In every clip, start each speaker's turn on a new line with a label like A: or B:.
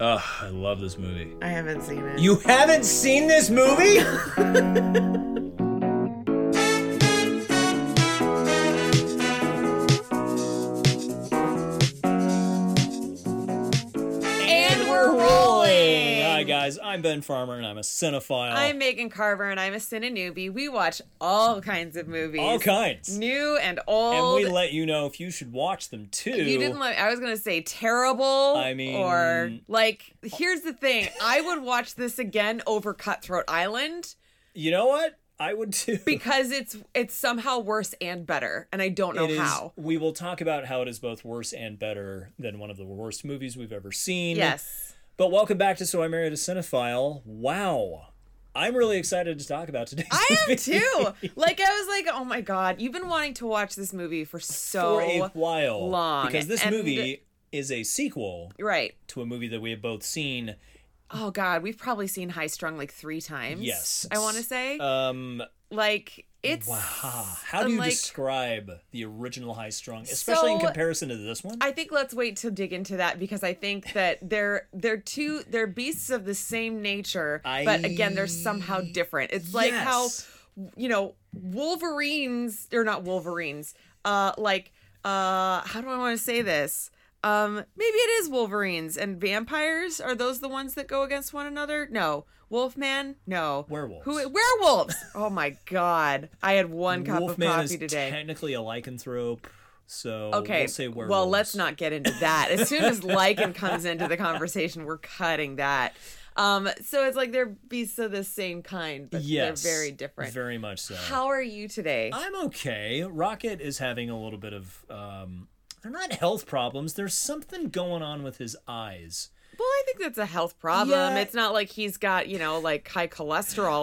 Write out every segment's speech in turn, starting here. A: Ugh, I love this movie.
B: I haven't seen it.
C: You haven't seen this movie?
D: And we're rolling.
A: Hi guys, I'm Ben Farmer and I'm a cinephile.
B: I'm Megan Carver and I'm a cine newbie. We watch all kinds of movies.
A: all kinds.
B: New and
A: And
B: old.
A: we let you know if you should watch them too.
B: you didn't let I was gonna say terrible.
A: I mean-
B: or like here's the thing. I would watch this again over Cutthroat Island
A: You know what? I would too.
B: because it's it's somehow worse and better, and I don't know
A: It is-
B: how.
A: we will talk about how it is both worse and better than one of the worst movies we've ever seen.
B: Yes.
A: But welcome back to So I Married a Cinephile. Wow. I'm really excited to talk about today.
B: I am too. Like I was like, oh my god, you've been wanting to watch this movie for so
A: for a while.
B: long.
A: Because this
B: And-
A: movie is a sequel
B: right.
A: to a movie that we have both seen.
B: Oh god, we've probably seen High Strung like three times.
A: Yes.
B: I want to say
A: Um
B: like it's
A: wow. How do
B: I'm
A: you
B: like-
A: describe the original high strung, especially in
B: So-
A: comparison to this one?
B: I think let's wait to dig into that because I think that they're they're two they're beasts of the same nature, but again they're somehow different. It's like how
A: Yes.
B: you know Wolverines or not Wolverines, uh, like uh, how do I want to say this? Um, maybe it is Wolverines and vampires. Are those the ones that go against one another? No. Wolfman? No.
A: Werewolves.
B: Who? Werewolves. oh my God! I had one cup
A: Wolfman
B: of
A: is
B: coffee today.
A: technically a lycanthrope, so
B: Okay.
A: we'll say werewolves.
B: well, let's not get into that. As soon as lichen comes into the conversation, we're cutting that. Um, so it's like they're beasts of the same kind, but
A: Yes,
B: they're very different.
A: Very much so.
B: How are you today?
A: I'm okay. Rocket is having a little bit of um, they're not health problems. There's something going on with his eyes.
B: well, I think that's a health problem.
A: Yeah.
B: It's not like he's got you know like high cholesterol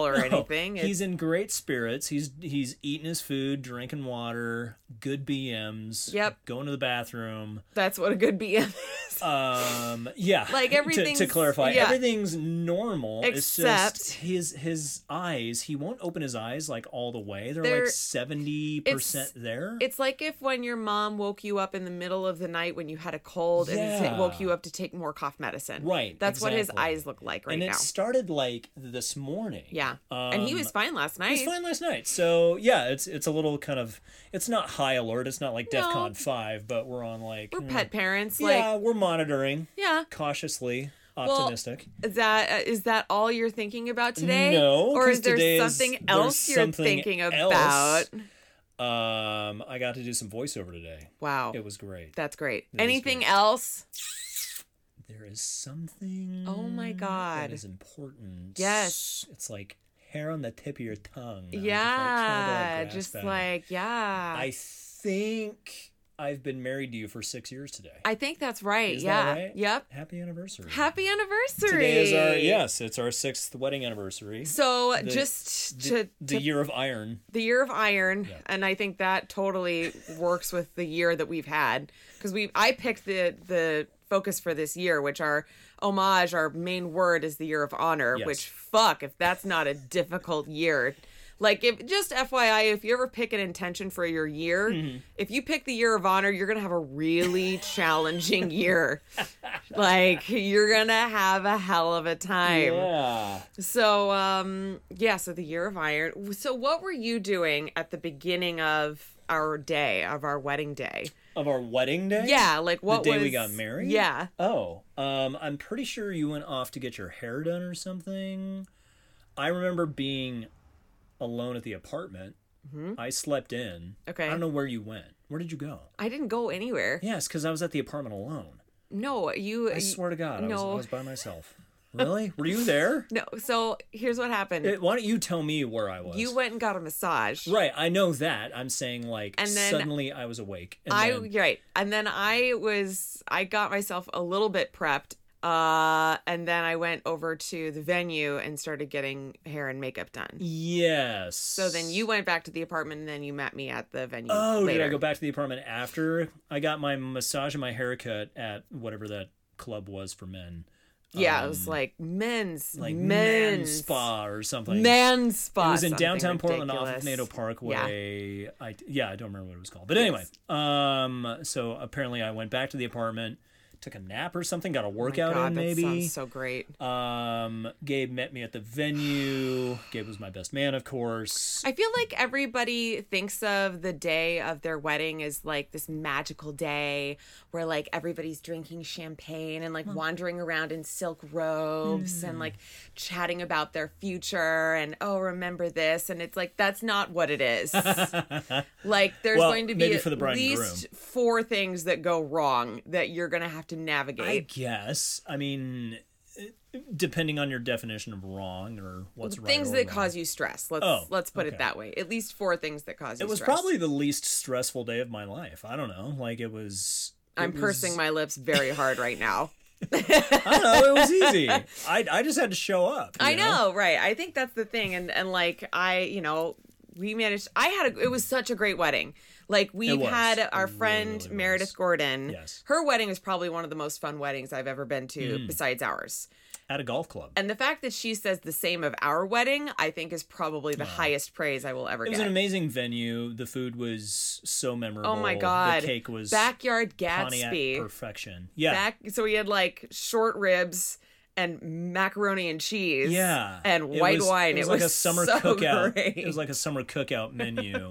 B: or anything. It's-
A: Oh, He's in great spirits. He's he's eating his food, drinking water, good BMs.
B: Yep.
A: Going to the bathroom.
B: that's what a good BM is.
A: Um. Yeah.
B: Like,
A: to-
B: everything's-
A: To, clarify,
B: yeah.
A: everything's normal. it's
B: Except-
A: just his his eyes. He won't open his eyes like all the way. They're,
B: They're-
A: like seventy percent
B: it's-
A: there.
B: It's like if when your mom woke you up in the middle of the night when you had a cold and
A: Yeah.
B: t- woke you up to take more cough medicine.
A: Right,
B: That's what his
A: exactly.
B: eyes look like right
A: and it
B: now.
A: started like this morning.
B: Yeah. and he
A: Um,
B: was fine last night.
A: It was fine last night. So yeah, it's it's a little kind of it's not high alert. It's not like
B: No.
A: DEF CON five, but we're on like
B: We're
A: mm,
B: pet parents.
A: yeah,
B: Like,
A: we're monitoring
B: yeah.
A: cautiously optimistic.
B: Is that uh, is that all you're thinking about today?
A: No,
B: or
A: 'cause
B: is there
A: today is-
B: something
A: there's
B: else
A: something
B: you're thinking
A: else.
B: about?
A: um, I got to do some voiceover today.
B: Wow,
A: It was great.
B: that's great.
A: is
B: Anything
A: great.
B: else?
A: There is something.
B: Oh my God.
A: That is important.
B: Yes.
A: It's like hair on the tip of your tongue. I'm
B: yeah,
A: just
B: just
A: like, trying to, like, grasp at it.
B: like yeah.
A: I think I've been married to you for six years today.
B: I think that's right.
A: Is
B: yeah.
A: that right?
B: Yep.
A: Happy anniversary.
B: Happy anniversary.
A: Today is our yes, it's our sixth wedding anniversary.
B: So
A: The-
B: just
A: the,
B: to,
A: the
B: to
A: year of iron.
B: the year of iron
A: Yeah.
B: and i think that totally works with the year that we've had because we i picked the the focus for this year which our homage our main word is the year of honor
A: Yes.
B: which fuck if that's not a difficult year like if just fyi if you ever pick an intention for your year
A: Mm-hmm.
B: if you pick the year of honor you're gonna have a really challenging year like you're gonna have a hell of a time
A: Yeah.
B: so, um, yeah, so the year of iron. So, what were you doing at the beginning of our day, of our wedding day?
A: Of our wedding day?
B: Yeah, like
A: The
B: what
A: day we
B: was-
A: got married?
B: Yeah.
A: Oh. Um, I'm pretty sure you went off to get your hair done or something. I remember being alone at the apartment. I slept in.
B: Mm-hmm. Okay.
A: I don't know where you went. Where did you go?
B: I didn't go anywhere.
A: Yes, because I was at the apartment alone.
B: No, you.
A: I swear to God, I, was, I
B: no.
A: was by myself. Really? Were you there?
B: No, so here's what happened.
A: Eh, Why don't you tell me where I was?
B: you went and got a massage.
A: Right, I know that. I'm saying like
B: And then-
A: suddenly I was awake. And
B: I
A: then-
B: right, and then I was I got myself a little bit prepped, uh, and then I went over to the venue and started getting hair and makeup done.
A: yes.
B: So then you went back to the apartment, and then you met me at the venue.
A: Oh,
B: later.
A: did I go back to the apartment after I got my massage and my haircut at whatever that club was for men,
B: Yeah, it
A: Um,
B: was like men's,
A: like
B: men's
A: Man Spa or something.
B: men's
A: It
B: spa.
A: was in
B: something
A: downtown Portland off
B: ridiculous.
A: of NATO Parkway. I yeah, I don't remember what it was called. But anyway, um so apparently I went back to the apartment, took a nap or something, got a
B: Oh God,
A: workout in
B: that
A: maybe.
B: sounds so great.
A: um, Gabe met me at the venue. Gabe was my best man, of course.
B: I feel like everybody thinks of the day of their wedding as like this magical day where like everybody's drinking champagne and like
A: Hmm.
B: wandering around in silk robes and like chatting about their future and oh remember this and it's like that's not what it is. like there's
A: Well,
B: going to be
A: maybe
B: at
A: for the bride and
B: least four things that go wrong that you're going to have to
A: I
B: navigate.
A: guess. I mean, depending on your definition of wrong or what's right
B: things
A: or
B: that
A: wrong.
B: cause you stress. Let's
A: Oh,
B: let's put
A: okay.
B: it that way. At least four things that cause you
A: It was
B: stress.
A: probably the least stressful day of my life. I don't know. Like it was.
B: I'm pursing my lips very hard right now.
A: I don't know. It was easy. I I just had to show up. you
B: I know, right? I think that's the thing, and and like I, you know, we managed. I had a, it was such a great wedding. Like we
A: It was.
B: had
A: It
B: our
A: really,
B: friend
A: really
B: Meredith
A: was.
B: Gordon.
A: Yes. Hmm.
B: her wedding was probably one of the most fun weddings I've ever been to, besides ours.
A: At a golf club.
B: And the fact that she says the same of our wedding, I think, is probably the highest praise I will ever
A: It was
B: get.
A: an amazing venue. The food was so memorable.
B: oh my god!
A: The cake was
B: backyard
A: Pontiac
B: Gatsby.
A: perfection. Yeah.
B: back so we had like short ribs and macaroni and cheese
A: yeah.
B: and
A: It
B: white
A: was-
B: wine
A: It was like a summer
B: so
A: cookout.
B: great.
A: It was like a summer cookout menu.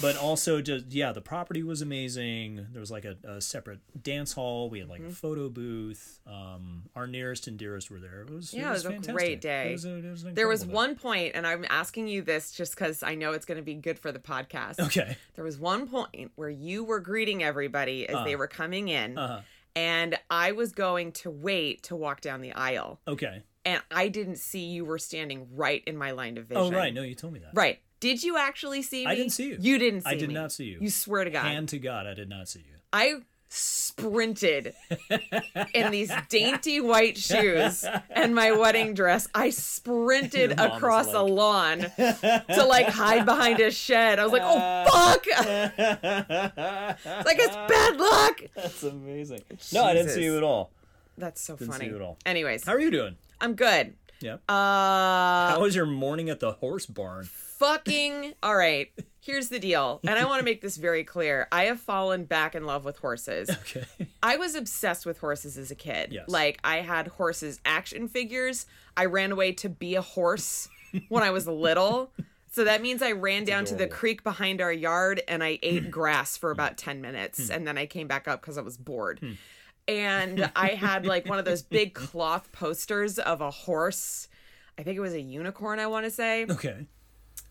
A: but also just yeah, the property was amazing. There was like a, a separate dance hall. We had
B: Mm-hmm.
A: like a photo booth. Um our nearest and dearest were there. It was
B: Yeah, it was a great
A: fantastic.
B: day.
A: It was a- it was an
B: there was
A: incredible day.
B: one point and i'm asking you this just because i know it's going to be good for the podcast
A: Okay.
B: there was one point where you were greeting everybody as
A: Uh.
B: they were coming in
A: Uh-huh.
B: and i was going to wait to walk down the aisle
A: Okay.
B: and i didn't see you were standing right in my line of vision
A: Oh right, no, you told me that.
B: right did you actually see me
A: I didn't see you.
B: you didn't see
A: I did
B: me.
A: not see you.
B: you swear to god
A: Hand to God, I did not see you.
B: I sprinted in these dainty white shoes and my wedding dress. I sprinted
A: Your mom was
B: across a
A: like-
B: lawn to like hide behind a shed. I was like,
A: Uh,
B: oh fuck! It's like it's bad luck.
A: That's amazing. No, I didn't see
B: Jesus.
A: you at all.
B: That's so funny.
A: you at all.
B: Anyways,
A: How are you doing?
B: I'm good.
A: Yeah.
B: Uh,
A: How was your morning at the horse barn?
B: fucking all right. Here's the deal, and I want to make this very clear. I have fallen back in love with horses.
A: Okay.
B: I was obsessed with horses as a kid.
A: Yes.
B: Like I had horses action figures. I ran away to be a horse when I was little. So that means I ran down to the
A: adorable.
B: creek behind our yard and I ate grass for about 10
A: Hmm.
B: minutes and then I came back up cuz I was bored. And I had like one of those big cloth posters of a horse. I think it was a unicorn I want to say.
A: Okay.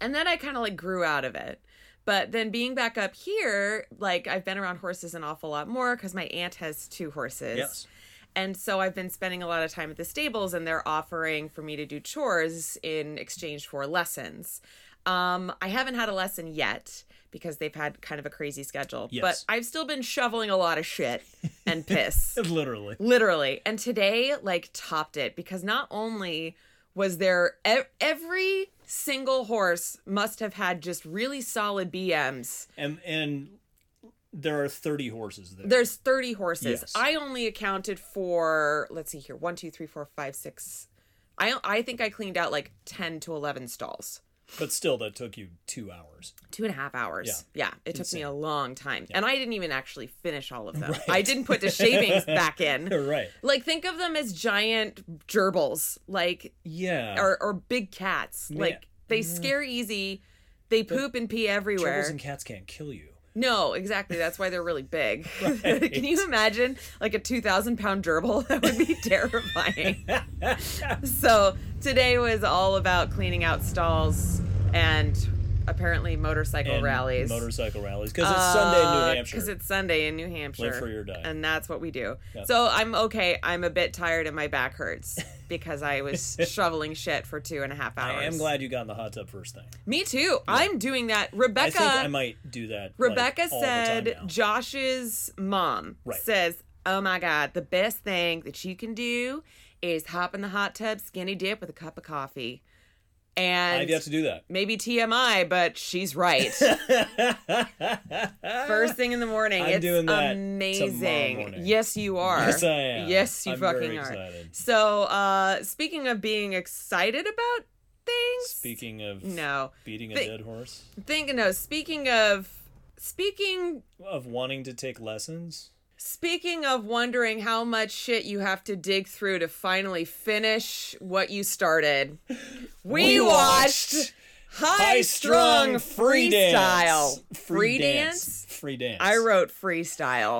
B: And then I kind of like grew out of it. But then being back up here, like I've been around horses an awful lot more because my aunt has two horses.
A: Yes.
B: And so I've been spending a lot of time at the stables and they're offering for me to do chores in exchange for lessons. Um, I haven't had a lesson yet because they've had kind of a crazy schedule.
A: Yes.
B: But I've still been shoveling a lot of shit and piss.
A: Literally.
B: Literally. And today, like, topped it because not only was there e- every single horse must have had just really solid BMs.
A: And and there are 30 horses there.
B: There's 30 horses.
A: Yes.
B: I only accounted for, let's see here, one, two, three, four, five, six. I, I think I cleaned out like 10 to 11 stalls.
A: But still, that took you two hours.
B: Two and a half hours. Yeah, it took me a long time. And I didn't even actually finish all of them. I didn't put the shavings back in.
A: Right.
B: Like, think of them as giant gerbils. Like,
A: Yeah.
B: or or big cats. Like they scare easy. They poop and pee everywhere.
A: Gerbils and cats can't kill you.
B: No, exactly. That's why they're really big. Can you imagine like a 2,000 pound gerbil? That would be terrifying. so today was all about cleaning out stalls and apparently motorcycle
A: And
B: Oh, rallies.
A: Motorcycle rallies. Because it's Sunday in New Hampshire.
B: Because it's Sunday in New Hampshire.
A: for your day.
B: And that's what we do. So I'm okay. I'm a bit tired and my back hurts because I was shoveling shit for two and a half hours.
A: I am glad you got in the hot tub first thing.
B: Me too. I'm doing that.
A: I
B: Rebecca
A: think I might do that. like,
B: Rebecca
A: all the time
B: said
A: now.
B: Josh's mom
A: Right.
B: says, "Oh my god, the best thing that you can do is hop in the hot tub, skinny dip with a cup of coffee."
A: I've
B: And
A: yet to do that.
B: maybe TMI, but she's right. First thing in the morning.
A: I'm
B: it's
A: doing that tomorrow
B: amazing.
A: morning.
B: Yes, you are.
A: Yes, I am.
B: Yes, you
A: I'm
B: fucking
A: very
B: are.
A: excited.
B: So, uh, speaking of being excited about things,
A: Speaking of
B: no,
A: beating a
B: Thi-
A: dead horse,
B: think no. Speaking of speaking
A: of wanting to take lessons.
B: Speaking of wondering how much shit you have to dig through to finally finish what you started, we,
A: We
B: watched,
A: watched
B: High Strung
A: free
B: Freestyle.
A: dance.
B: Free dance?
A: Free dance.
B: I wrote freestyle.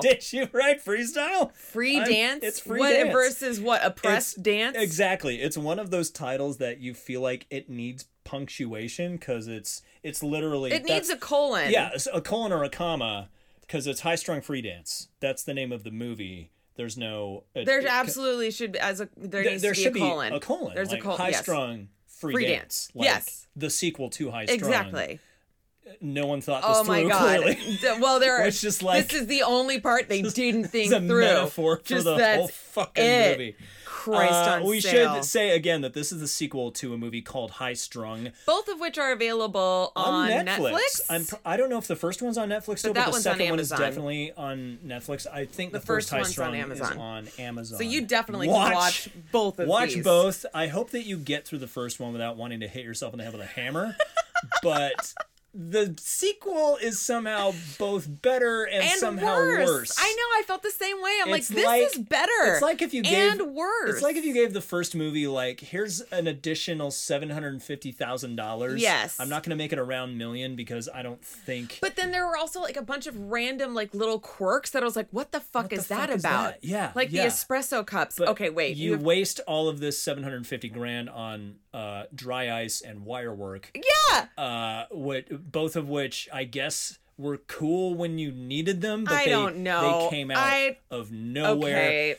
A: Did you write freestyle?
B: free
A: I'm-
B: dance?
A: It's free
B: what,
A: dance.
B: Versus what? Oppressed
A: It's-
B: dance?
A: Exactly. It's one of those titles that you feel like it needs punctuation because it's it's literally
B: It
A: that's-
B: needs a colon.
A: yeah it's a colon or a comma because it's high strung free dance. That's the name of the movie. There's no it-
B: There
A: it-
B: absolutely should be, as a there,
A: there,
B: needs
A: there
B: to be
A: should
B: a colon.
A: be a colon.
B: There's
A: like
B: a colon.
A: High
B: yes.
A: strung free,
B: Free
A: dance.
B: dance.
A: Like
B: Yes.
A: The sequel to High Strung.
B: Exactly.
A: No one thought this
B: Oh my
A: through,
B: god.
A: clearly.
B: D- well, there are.
A: It's just like-
B: this is the only part they didn't think
A: It's a
B: through.
A: metaphor for
B: just
A: the
B: that's
A: whole fucking
B: it.
A: movie.
B: Christ
A: Uh,
B: on
A: we
B: sale.
A: should say again that this is the sequel to a movie called High Strung
B: Both of which are available on, Netflix.
A: I'm pr- I don't know if the first one's on Netflix still,
B: that
A: but the
B: one's on
A: second one is
B: Amazon.
A: definitely on Netflix. I think the,
B: first
A: High
B: one's on
A: Strung
B: Amazon.
A: is on Amazon.
B: so you definitely
A: watch,
B: can watch both of
A: watch
B: these.
A: both. I hope that you get through the first one without wanting to hit yourself in the head with a hammer, but. The sequel is somehow both better and,
B: And
A: somehow
B: worse.
A: worse.
B: I know. I felt the same way. I'm
A: It's
B: like, this
A: like-
B: is better.
A: It's like if you gave
B: and worse.
A: It's like if you gave the first movie like here's an additional seven hundred and fifty thousand dollars.
B: Yes.
A: I'm not gonna make it a round million because I don't think
B: But then there were also like a bunch of random like little quirks that I was like, what the fuck, is,
A: the
B: that
A: fuck is
B: about?
A: that? Yeah,
B: Like
A: yeah.
B: the espresso cups.
A: But
B: okay, wait.
A: You,
B: You, have-
A: waste all of this 750 grand on uh, dry ice and wire work,
B: yeah.
A: uh, what, both of which I guess were cool when you needed them, but
B: I
A: they,
B: don't know.
A: they came out
B: I-
A: of nowhere.
B: Okay.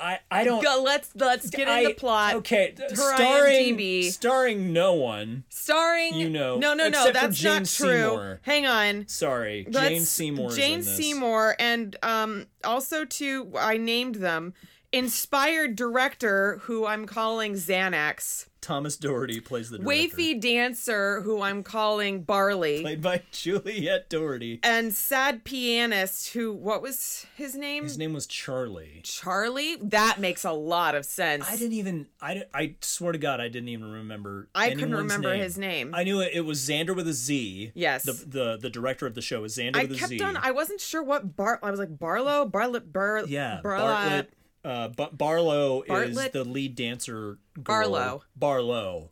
A: I, I don't.
B: Go, let's let's get in
A: I-
B: the plot.
A: Okay, th-
B: Her
A: starring
B: IMDb.
A: starring no one.
B: Starring
A: You know,
B: No, no, no.
A: except for
B: That's
A: Jane
B: not true.
A: Seymour.
B: Hang on.
A: Sorry,
B: Let's-
A: Jane Seymour. is in
B: Jane
A: this.
B: Seymour and um also to I named them inspired director who I'm calling Xanax,
A: Thomas Doherty plays the director,
B: Wafy dancer who I'm calling Barley.
A: played by Juliet Doherty.
B: and sad pianist who what was his name
A: His name was Charlie.
B: charlie that makes a lot of sense
A: I didn't even. I, di- I swear to God, I didn't even remember.
B: I couldn't
A: anyone's
B: remember his name.
A: I knew it, it was Xander with a Z.
B: Yes.
A: The the, the director of the show is Xander
B: I
A: with a Z.
B: kept on i wasn't sure what bart i was like barlow barlet Bar-
A: yeah.
B: Barla-
A: Bartlett. Uh, but Barlow is
B: Bartlett?
A: the lead dancer. Girl.
B: Barlow.
A: Barlow.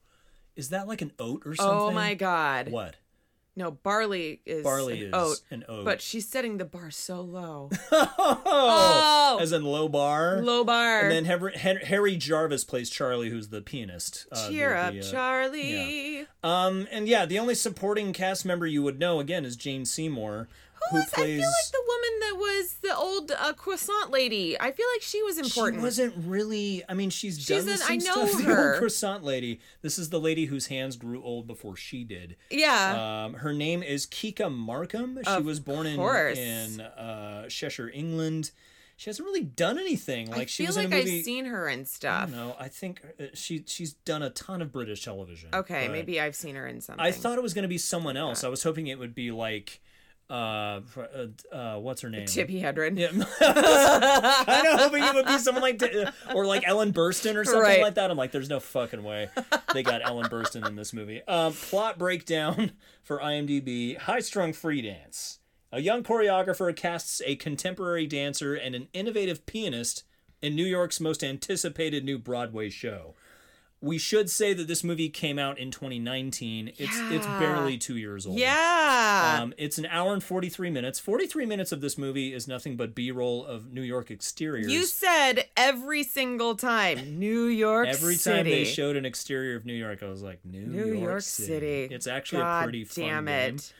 A: Is that like an oat or something?
B: oh my god
A: What?
B: no barley is
A: Barley
B: an
A: is
B: oat,
A: an oat.
B: but she's setting the bar so low
A: Oh.
B: Oh!
A: As in low bar.
B: low bar
A: And then Hever- Hen- Harry Jarvis plays Charlie, who's the pianist. Uh, the-
B: cheer up
A: the, uh,
B: charlie
A: Um, and yeah, the only supporting cast member you would know again is Jane Seymour,
B: Who was, I feel like the woman that was the old uh, croissant lady. I feel like she was important.
A: She wasn't really. I mean, she's,
B: She's
A: done
B: an-
A: some
B: I know
A: stuff. The
B: her.
A: old croissant lady. This is the lady whose hands grew old before she did.
B: yeah.
A: Um, her name is Kika Markham. She
B: Of
A: was born in
B: course.
A: in uh, Cheshire, England. She hasn't really done anything. Like
B: I
A: she
B: feel
A: was
B: like
A: in a movie.
B: I've seen her in
A: I
B: stuff.
A: don't know. I think uh, she she's done a ton of British television.
B: Okay,
A: but-
B: maybe I've seen her in something.
A: I thought it was going to be someone else. I was hoping it would be like, uh, uh, uh what's her name?
B: Tippy Hedren.
A: Yeah. I know, hoping it would be someone like uh, or like Ellen Burstyn or something
B: Right.
A: like that. I'm like, there's no fucking way they got Ellen Burstyn in this movie. Um, plot breakdown for IMDb: High strung free dance. A young choreographer casts a contemporary dancer and an innovative pianist in New York's most anticipated new Broadway show. We should say that this movie came out in 2019. It's it's
B: Yeah.
A: barely two years old.
B: Yeah.
A: Um, it's an hour and 43 minutes. 43 minutes of this movie is nothing but B roll of New York exteriors.
B: you said every single time New York
A: Every
B: City.
A: time they showed an exterior of New York, I was like, New,
B: New York, City.
A: It's actually
B: God
A: a pretty fun
B: damn
A: game.
B: it.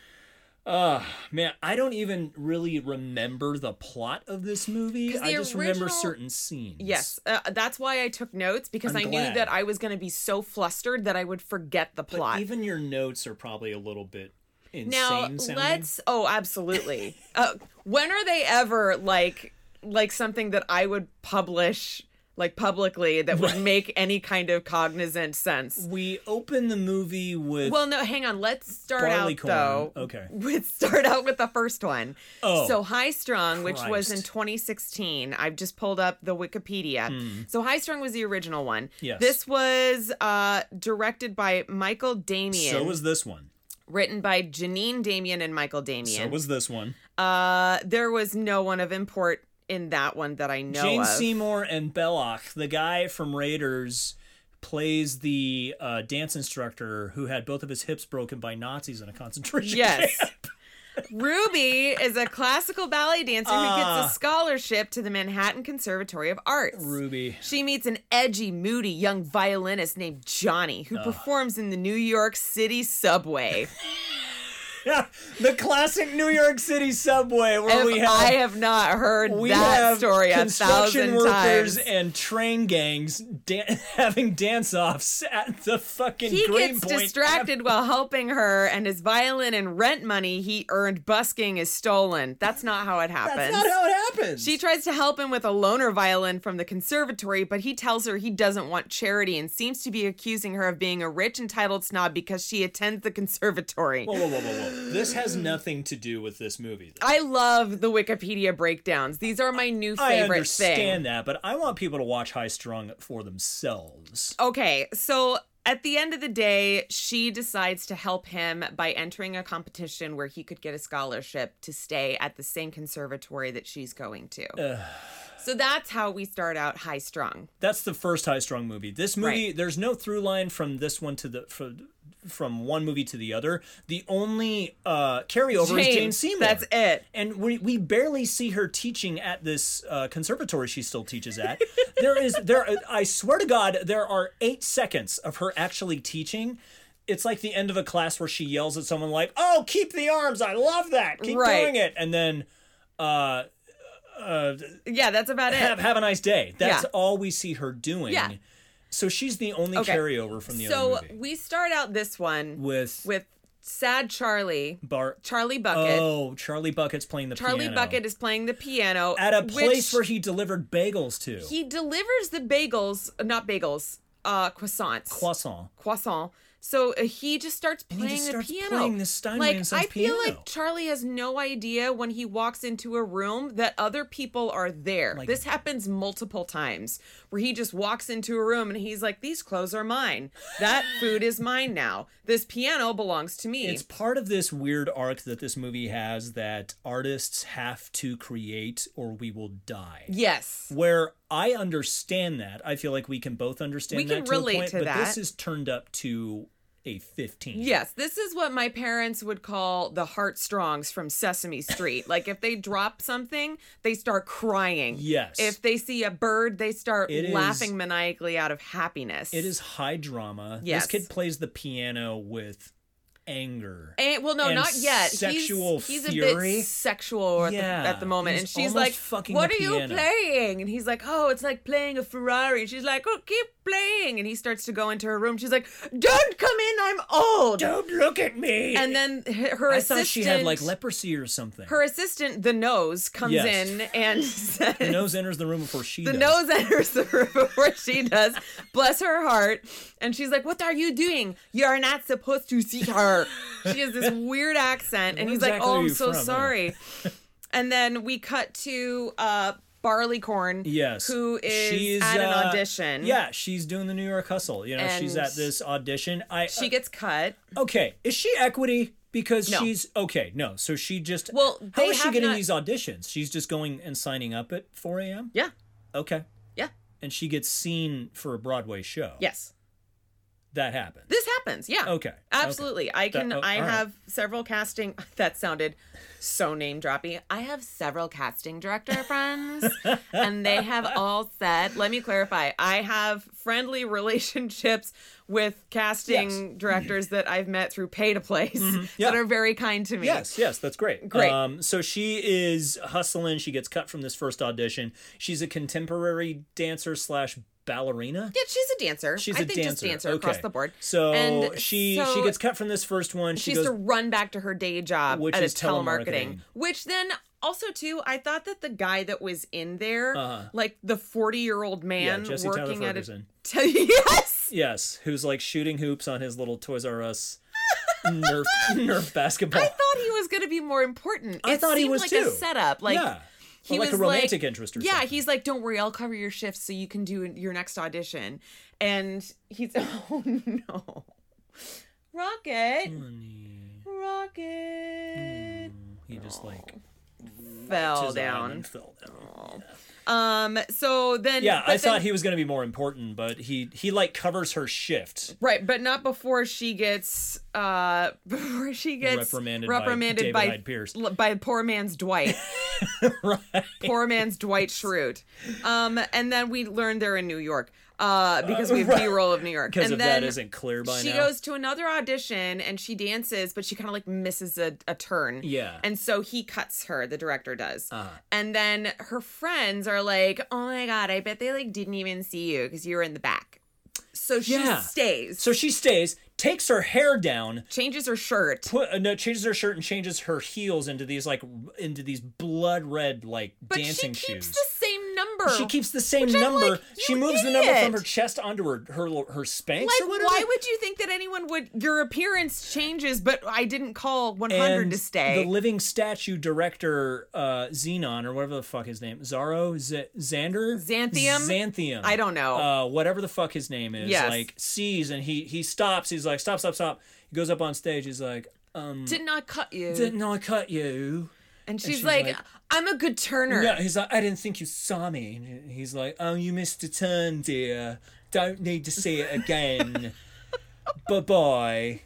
A: Ah, man, I don't even really remember the plot of this movie.
B: 'Cause the
A: I just remember
B: original-
A: certain scenes.
B: Yes, uh, that's why I took notes because
A: I'm
B: I knew
A: glad.
B: that I was going to be so flustered that I would forget the
A: But
B: plot.
A: even your notes are probably a little bit insane
B: now
A: sounding.
B: let's. Oh, absolutely. uh, when are they ever like like something that I would publish like publicly that would make any kind of cognizant sense?
A: We open the movie with.
B: Well, no, hang on. Let's start
A: Barley
B: out
A: corn.
B: though.
A: Okay.
B: Let's start out with the first one.
A: Oh.
B: So High Strung, which was in
A: Christ.
B: 2016. I've just pulled up the Wikipedia. So High Strung was the original one.
A: Hmm. Yes.
B: This was uh, directed by Michael Damian.
A: so was this one.
B: written by Janine Damian and Michael Damian.
A: So was this one.
B: uh, there was no one of import in that one that I know
A: Jane
B: of.
A: Seymour and Belloc, the guy from Raiders, plays the uh, dance instructor who had both of his hips broken by Nazis in a concentration
B: Yes.
A: camp.
B: Ruby is a classical ballet dancer who
A: Ah.
B: gets a scholarship to the Manhattan Conservatory of Arts.
A: Ruby.
B: She meets an edgy, moody young violinist named Johnny who performs in the New York City subway.
A: the classic New York City subway where
B: If
A: we have
B: I have not heard
A: we
B: that
A: have
B: story a
A: construction
B: thousand
A: workers
B: times.
A: and train gangs dan- having dance-offs at the fucking
B: He gets
A: Greenpoint
B: distracted while helping her, and his violin and rent money he earned busking is stolen. That's not how it happens.
A: That's not how it happens.
B: She tries to help him with a loaner violin from the conservatory, but he tells her he doesn't want charity and seems to be accusing her of being a rich, entitled snob because she attends the conservatory.
A: whoa, whoa, whoa, whoa, whoa. This has nothing to do with this movie. Though.
B: I love the Wikipedia breakdowns. These are my new
A: I
B: favorite
A: understand
B: thing.
A: that, but I want people to watch High Strung for themselves.
B: Okay, so at the end of the day, she decides to help him by entering a competition where he could get a scholarship to stay at the same conservatory that she's going to. so that's how we start out high strung.
A: That's the first High Strung movie. This movie,
B: Right.
A: there's no through line from this one to the from, from one movie to the other. The only uh, carryover is Jane Seymour.
B: That's it.
A: and we, we barely see her teaching at this uh, conservatory she still teaches at. there is there I swear to God there are eight seconds of her actually teaching. It's like the end of a class where she yells at someone like, "Oh, keep the arms! I love that! Keep
B: Right.
A: doing it!" And then
B: Yeah, that's about it.
A: have have a nice day. That's
B: Yeah.
A: all we see her doing.
B: Yeah.
A: So she's the only
B: Okay.
A: carryover from the
B: so
A: other movie
B: we start out this one with,
A: with
B: sad Charlie,
A: Bar.
B: Charlie Bucket.
A: Oh, Charlie Bucket's playing the
B: Charlie
A: piano.
B: Bucket is playing the piano
A: at a
B: which
A: place where he delivered bagels to
B: he delivers the bagels, not bagels, uh, croissants,
A: croissant.
B: croissant. So uh, he just starts playing
A: he just
B: the
A: starts
B: piano.
A: playing this Steinway
B: like
A: and Sons
B: I feel
A: piano.
B: like Charlie has no idea when he walks into a room that other people are there. this happens multiple times where he just walks into a room and he's like, "These clothes are mine. That food is mine now. This piano belongs to me."
A: It's part of this weird arc that this movie has that artists have to create or we will die.
B: yes.
A: Where I understand that, I feel like we can both understand
B: We
A: that
B: can
A: to a
B: relate
A: point,
B: to
A: but this
B: that.
A: is turned up to a 15.
B: Yes, this is what my parents would call the heartstrongs from Sesame Street. like if they drop something, they start crying.
A: Yes.
B: If they see a bird, they start
A: It is-
B: laughing maniacally out of happiness.
A: It is high drama.
B: Yes.
A: This kid plays the piano with anger.
B: And, Eh, well, no,
A: and
B: not yet. He's-
A: sexual
B: he's, a
A: fury.
B: bit sexual at,
A: Yeah,
B: the, at the moment,
A: he's
B: and she's
A: almost
B: like,
A: fucking
B: "What
A: the
B: are you
A: piano."
B: playing?" And he's like, "Oh, it's like playing a Ferrari." And she's like, "Oh, keep playing." And he starts to go into her room. She's like, "Don't come in. I'm old."
A: Don't look at me.
B: And then h- her
A: I
B: assistant,
A: thought she had like leprosy or something.
B: her assistant, the nose, comes
A: Yes.
B: in and says,
A: the nose enters the room before she
B: the
A: does.
B: nose enters the room before she does. Bless her heart. And she's like, What are you doing? You're not supposed to see her. She has this weird accent. And
A: Where
B: he's like,
A: exactly
B: Oh,
A: are
B: I'm
A: you
B: so
A: from, huh?"
B: sorry. And then we cut to uh, Barleycorn.
A: Yes.
B: Who is
A: She's,
B: at an
A: uh,
B: audition.
A: Yeah, she's doing the New York hustle. You know, she's
B: And
A: at this audition. I uh,
B: She gets cut.
A: Okay, is she equity? Because
B: No.
A: she's okay, no. So she just
B: Well,
A: how
B: they
A: is she
B: have
A: getting
B: not-
A: these auditions? She's just going and signing up at four a.m.
B: Yeah.
A: Okay,
B: Yeah.
A: and she gets seen for a Broadway show.
B: Yes.
A: that happened.
B: This happens. Yeah.
A: Okay, okay.
B: Absolutely. I
A: That-
B: can.
A: oh,
B: I
A: all right.
B: have several casting. That sounded so name droppy. I have several casting director friends, and they have all said. Let me clarify. I have friendly relationships with casting directors that I've met through pay to place
A: Mm-hmm. Yeah.
B: that are very kind to me.
A: Yes, yes, that's great.
B: Great.
A: Um, so she is hustling. She gets cut from this first audition. She's a contemporary dancer slash ballerina.
B: Yeah, she's a dancer.
A: She's
B: I
A: a
B: think
A: dancer.
B: just dancer
A: okay.
B: across the board.
A: So
B: And
A: she
B: so
A: she gets cut from this first one.
B: she
A: She goes
B: has to run back to her day job
A: Which
B: at
A: is
B: a telemarketing.
A: telemarketing.
B: Which then also too, I thought that the guy that was in there, like the forty-year-old
A: Uh-huh. yeah,
B: man
A: Jesse Tyler
B: working at a
A: Ferguson.
B: te- yes,
A: Yes, who's like shooting hoops on his little Toys R Us Nerf Nerf basketball.
B: I thought he was going to be more important.
A: I
B: it
A: thought he
B: seemed
A: was
B: like
A: too.
B: a setup. Like
A: yeah,
B: he
A: or like
B: was
A: a romantic
B: like,
A: interest or
B: yeah,
A: something.
B: he's like, don't worry, I'll cover your shifts so you can do your next audition. And he's, oh no, Rocket, Rocket.
A: he just like
B: fell
A: his arm
B: down.
A: and fell down.
B: Um, so then
A: Yeah,
B: but
A: I
B: then-
A: thought he was going to be more important, but he he like covers her shift.
B: Right, but not before she gets uh before she gets
A: Reprimanded by
B: reprimanded
A: David
B: by
A: Hyde Pierce.
B: l- by poor man's Dwight. Poor man's Dwight Schrute. Um and then we learn they're in New York. Uh because we have
A: right.
B: B-roll of New York.
A: Because
B: and
A: if
B: then
A: that isn't clear by
B: she
A: now,
B: goes to another audition and she dances, but she kind of like misses a, a turn.
A: Yeah. Uh-huh.
B: And so he cuts her, the director does. And then her friends are like, oh my God, I bet they like didn't even see you because you were in the back. So she
A: Yeah.
B: stays,
A: so she stays, takes her hair down,
B: changes her shirt.
A: put uh, no changes her shirt and changes her heels into these like r- into these blood red like
B: But
A: dancing
B: she keeps
A: shoes.
B: the same number.
A: she keeps the same
B: I'm
A: number.
B: like,
A: she
B: you
A: moves the number from
B: idiot.
A: her chest onto her her her spanks
B: like,
A: or whatever.
B: why would you think that anyone would? Your appearance changes, but I didn't call 100
A: and
B: to stay.
A: The living statue director, uh, Xenon, or whatever the fuck his name, Zaro, Z- Xander,
B: Xanthium?
A: Xanthium.
B: I don't know.
A: Uh, whatever the fuck his name is,
B: Yes.
A: like sees and he he stops. He's like, stop, stop, stop. He goes up on stage. He's like, um,
B: Did not cut you.
A: didn't I cut you?
B: and she's,
A: she's
B: like,
A: like-
B: I'm a good turner.
A: Yeah. He's like, I didn't think you saw me. And he's like, oh, you missed a turn, dear. Don't need to see it again. bye bye.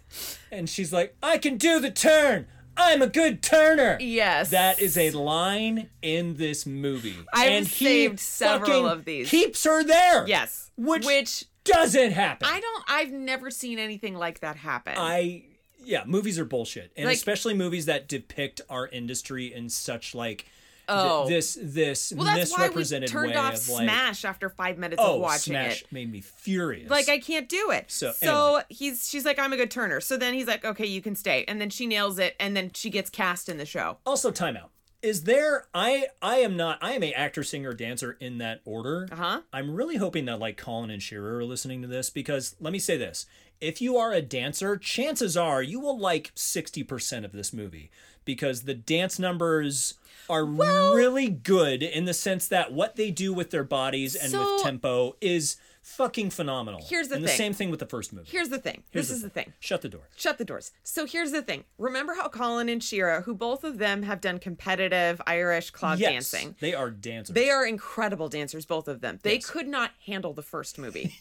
A: And she's like, I can do the turn. I'm a good turner.
B: Yes.
A: That is a line in this movie.
B: I've
A: and he
B: saved several
A: fucking
B: of these.
A: Keeps her there.
B: Yes.
A: Which,
B: Which
A: doesn't happen.
B: I don't. I've never seen anything like that happen.
A: I yeah, movies are bullshit, and
B: Like-
A: especially movies that depict our industry in such like th-
B: Oh.
A: this this
B: well, that's why we
A: misrepresented
B: turned
A: way
B: off
A: of like
B: Smash after five minutes
A: oh
B: of watching
A: Smash
B: it.
A: made me furious.
B: Like I can't do it.
A: So,
B: he's she's like I'm a good turner. So then he's like okay you can stay. And then she nails it. And then she gets cast in the show.
A: also timeout. Is there I I am not I am a actor singer dancer in that order. Uh
B: Uh-huh.
A: I'm really hoping that like Colin and Shearer are listening to this because let me say this. If you are a dancer, chances are you will like 60% of this movie because the dance numbers are really good in the sense that what they do with their bodies and
B: So-
A: with tempo is fucking phenomenal.
B: Here's the
A: and
B: thing.
A: the same thing with the first movie.
B: Here's the thing.
A: Here's
B: this is the thing.
A: Shut the door.
B: Shut the doors. So here's the thing. Remember how Colin and Shira, who both of them have done competitive Irish clog
A: Yes,
B: dancing,
A: They are dancers.
B: They are incredible dancers, both of them. They could not handle the first movie.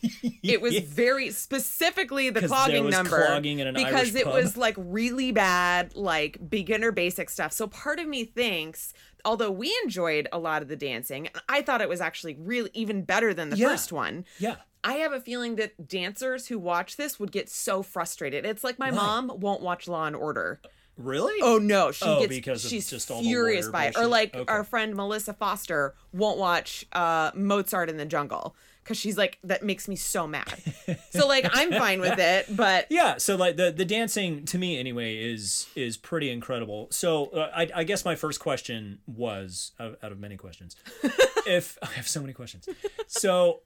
B: it was very specifically the
A: 'Cause
B: clogging
A: there was
B: number
A: clogging in an
B: because
A: Irish
B: it
A: pub.
B: was like really bad, like beginner basic stuff. So part of me thinks, although we enjoyed a lot of the dancing, I thought it was actually really even better than the
A: Yeah.
B: first one.
A: Yeah.
B: I have a feeling that dancers who watch this would get so frustrated. It's like my mom won't watch Law and Order.
A: Really?
B: Oh no, she
A: Oh,
B: gets
A: because of
B: she's
A: just all the
B: furious
A: lawyer
B: by it. Or
A: bullshit.
B: like
A: Okay.
B: our friend Melissa Foster won't watch uh, Mozart in the Jungle because she's like that makes me so mad. so like I'm fine with it, but
A: yeah so like the the dancing to me anyway is is pretty incredible so uh, I, I guess my first question was out out of many questions if i have so many questions so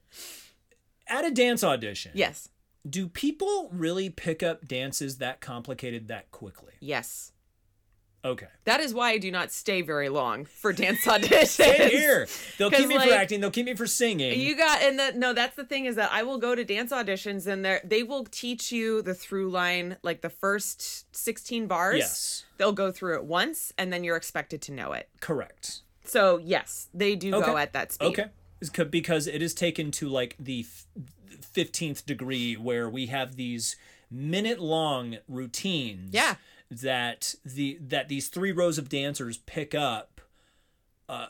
A: at a dance audition
B: yes,
A: do people really pick up dances that complicated that quickly
B: yes,
A: okay
B: that is why I do not stay very long for dance auditions.
A: Same here they'll
B: 'Cause,
A: keep me
B: like,
A: for acting they'll keep me for singing
B: You got and the no, that's the thing is that I will go to dance auditions and they they will teach you the through line like the first 16 bars.
A: Yes.
B: They'll go through it once and then you're expected to know it.
A: correct
B: So, yes, they do go
A: Okay.
B: at that speed.
A: okay It's c- because it is taken to like the f- 15th degree where we have these minute long routines
B: Yeah.
A: that the that these three rows of dancers pick up uh,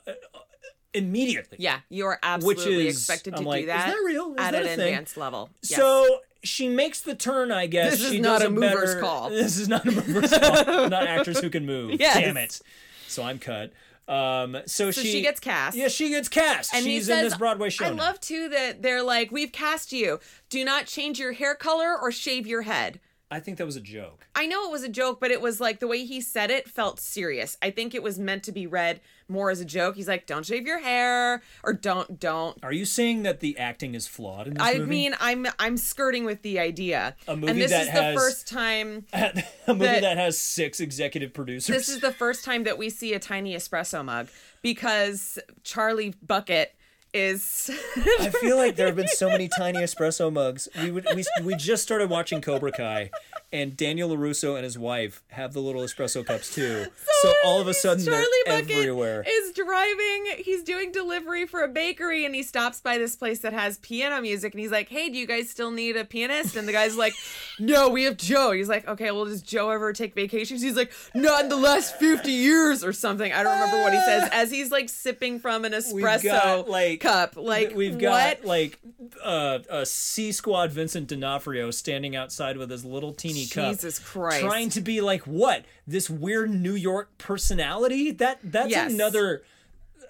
A: immediately
B: Yeah, you are absolutely
A: is-
B: expected to
A: I'm
B: do
A: like, is
B: that.
A: that real? Is
B: at
A: that
B: an
A: a thing?
B: advanced level. Yes.
A: So she makes the turn, I guess.
B: This is
A: she
B: not
A: does
B: a mover's
A: better-
B: call.
A: This is not a mover's call. not actors who can move.
B: Yes.
A: Damn it. So I'm cut. Um, so,
B: So she gets cast.
A: Yeah, she gets cast.
B: And he
A: She's in
B: says,
A: this Broadway show.
B: I
A: now."
B: love too that they're like, we've cast you. Do not change your hair color or shave your head.
A: I think that was a joke.
B: I know it was a joke, but it was like the way he said it felt serious. I think it was meant to be read more as a joke. He's like, don't shave your hair or don't, don't.
A: Are you saying that the acting is flawed in this
B: I
A: movie?
B: mean, I'm I'm skirting with the idea,
A: A movie
B: and this
A: that
B: is
A: has-
B: the first time.
A: a movie
B: that-
A: that, has six executive producers.
B: this is the first time that we see a tiny espresso mug because Charlie Bucket is
A: I feel like there have been so many tiny espresso mugs. We would we, we just started watching Cobra Kai, and Daniel Larusso and his wife have the little espresso cups too. So, all of a sudden
B: Charlie
A: they're
B: Bucket
A: everywhere.
B: is driving. He's doing delivery for a bakery, and he stops by this place that has piano music. And he's like, "Hey, do you guys still need a pianist?" And the guy's like, "No, we have Joe." He's like, "Okay, well, does Joe ever take vacations?" He's like, "Not in the last fifty years or something." I don't remember what he says as he's like sipping from an espresso
A: got, like-
B: cup. Like
A: We've got
B: what?
A: like uh, a C Squad Vincent D'Onofrio standing outside with his little teeny cup.
B: Jesus Christ.
A: Trying to be like what? This weird New York personality? That that's
B: Yes.
A: another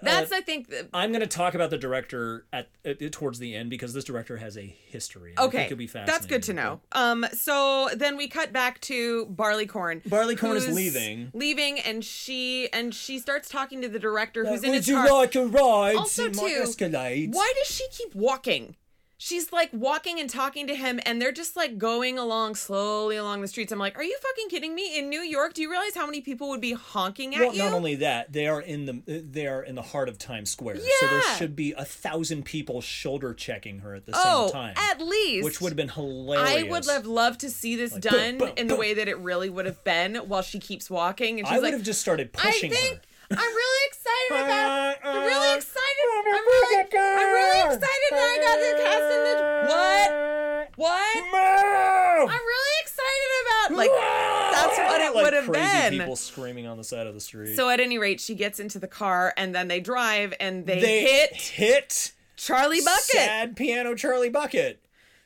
B: That's I think. The,
A: I'm going to talk about the director at, at towards the end because this director has a history. and I
B: Okay,
A: think it'll be fascinating.
B: that's good to know. Um, so then we cut back to Barleycorn.
A: Barleycorn is
B: who's
A: leaving.
B: leaving, and she and she starts talking to the director who's in
A: Would
B: his
A: you
B: car.
A: like a ride
B: Also,
A: in my
B: too,
A: Escalade?
B: Why does she keep walking? She's like walking and talking to him, and they're just like going along slowly along the streets. I'm like, are you fucking kidding me? In New York, do you realize how many people would be honking at
A: Well,
B: you?
A: not only that, they are in the they are in the heart of Times Square. So there
B: Yeah.
A: should be a thousand people shoulder checking her at the
B: oh,
A: same time,
B: at least
A: which would have been
B: I
A: hilarious.
B: would have loved to see this done
A: boom,
B: in the
A: boom.
B: way that it really would have been while she keeps walking and
A: I
B: she's
A: would
B: like
A: have just started
B: I
A: pushing
B: think
A: her.
B: I'm really excited about.
A: Uh,
B: I'm
A: uh,
B: really excited. I'm really, I'm really excited that I got the cast in the. What?
A: Uh,
B: What? I'm really excited about. Like, that's what it
A: like
B: would have
A: crazy
B: been.
A: People screaming on the side of the street.
B: So, at any rate, she gets into the car and then they drive and they,
A: they
B: hit
A: hit
B: Charlie Bucket.
A: sad piano Charlie Bucket.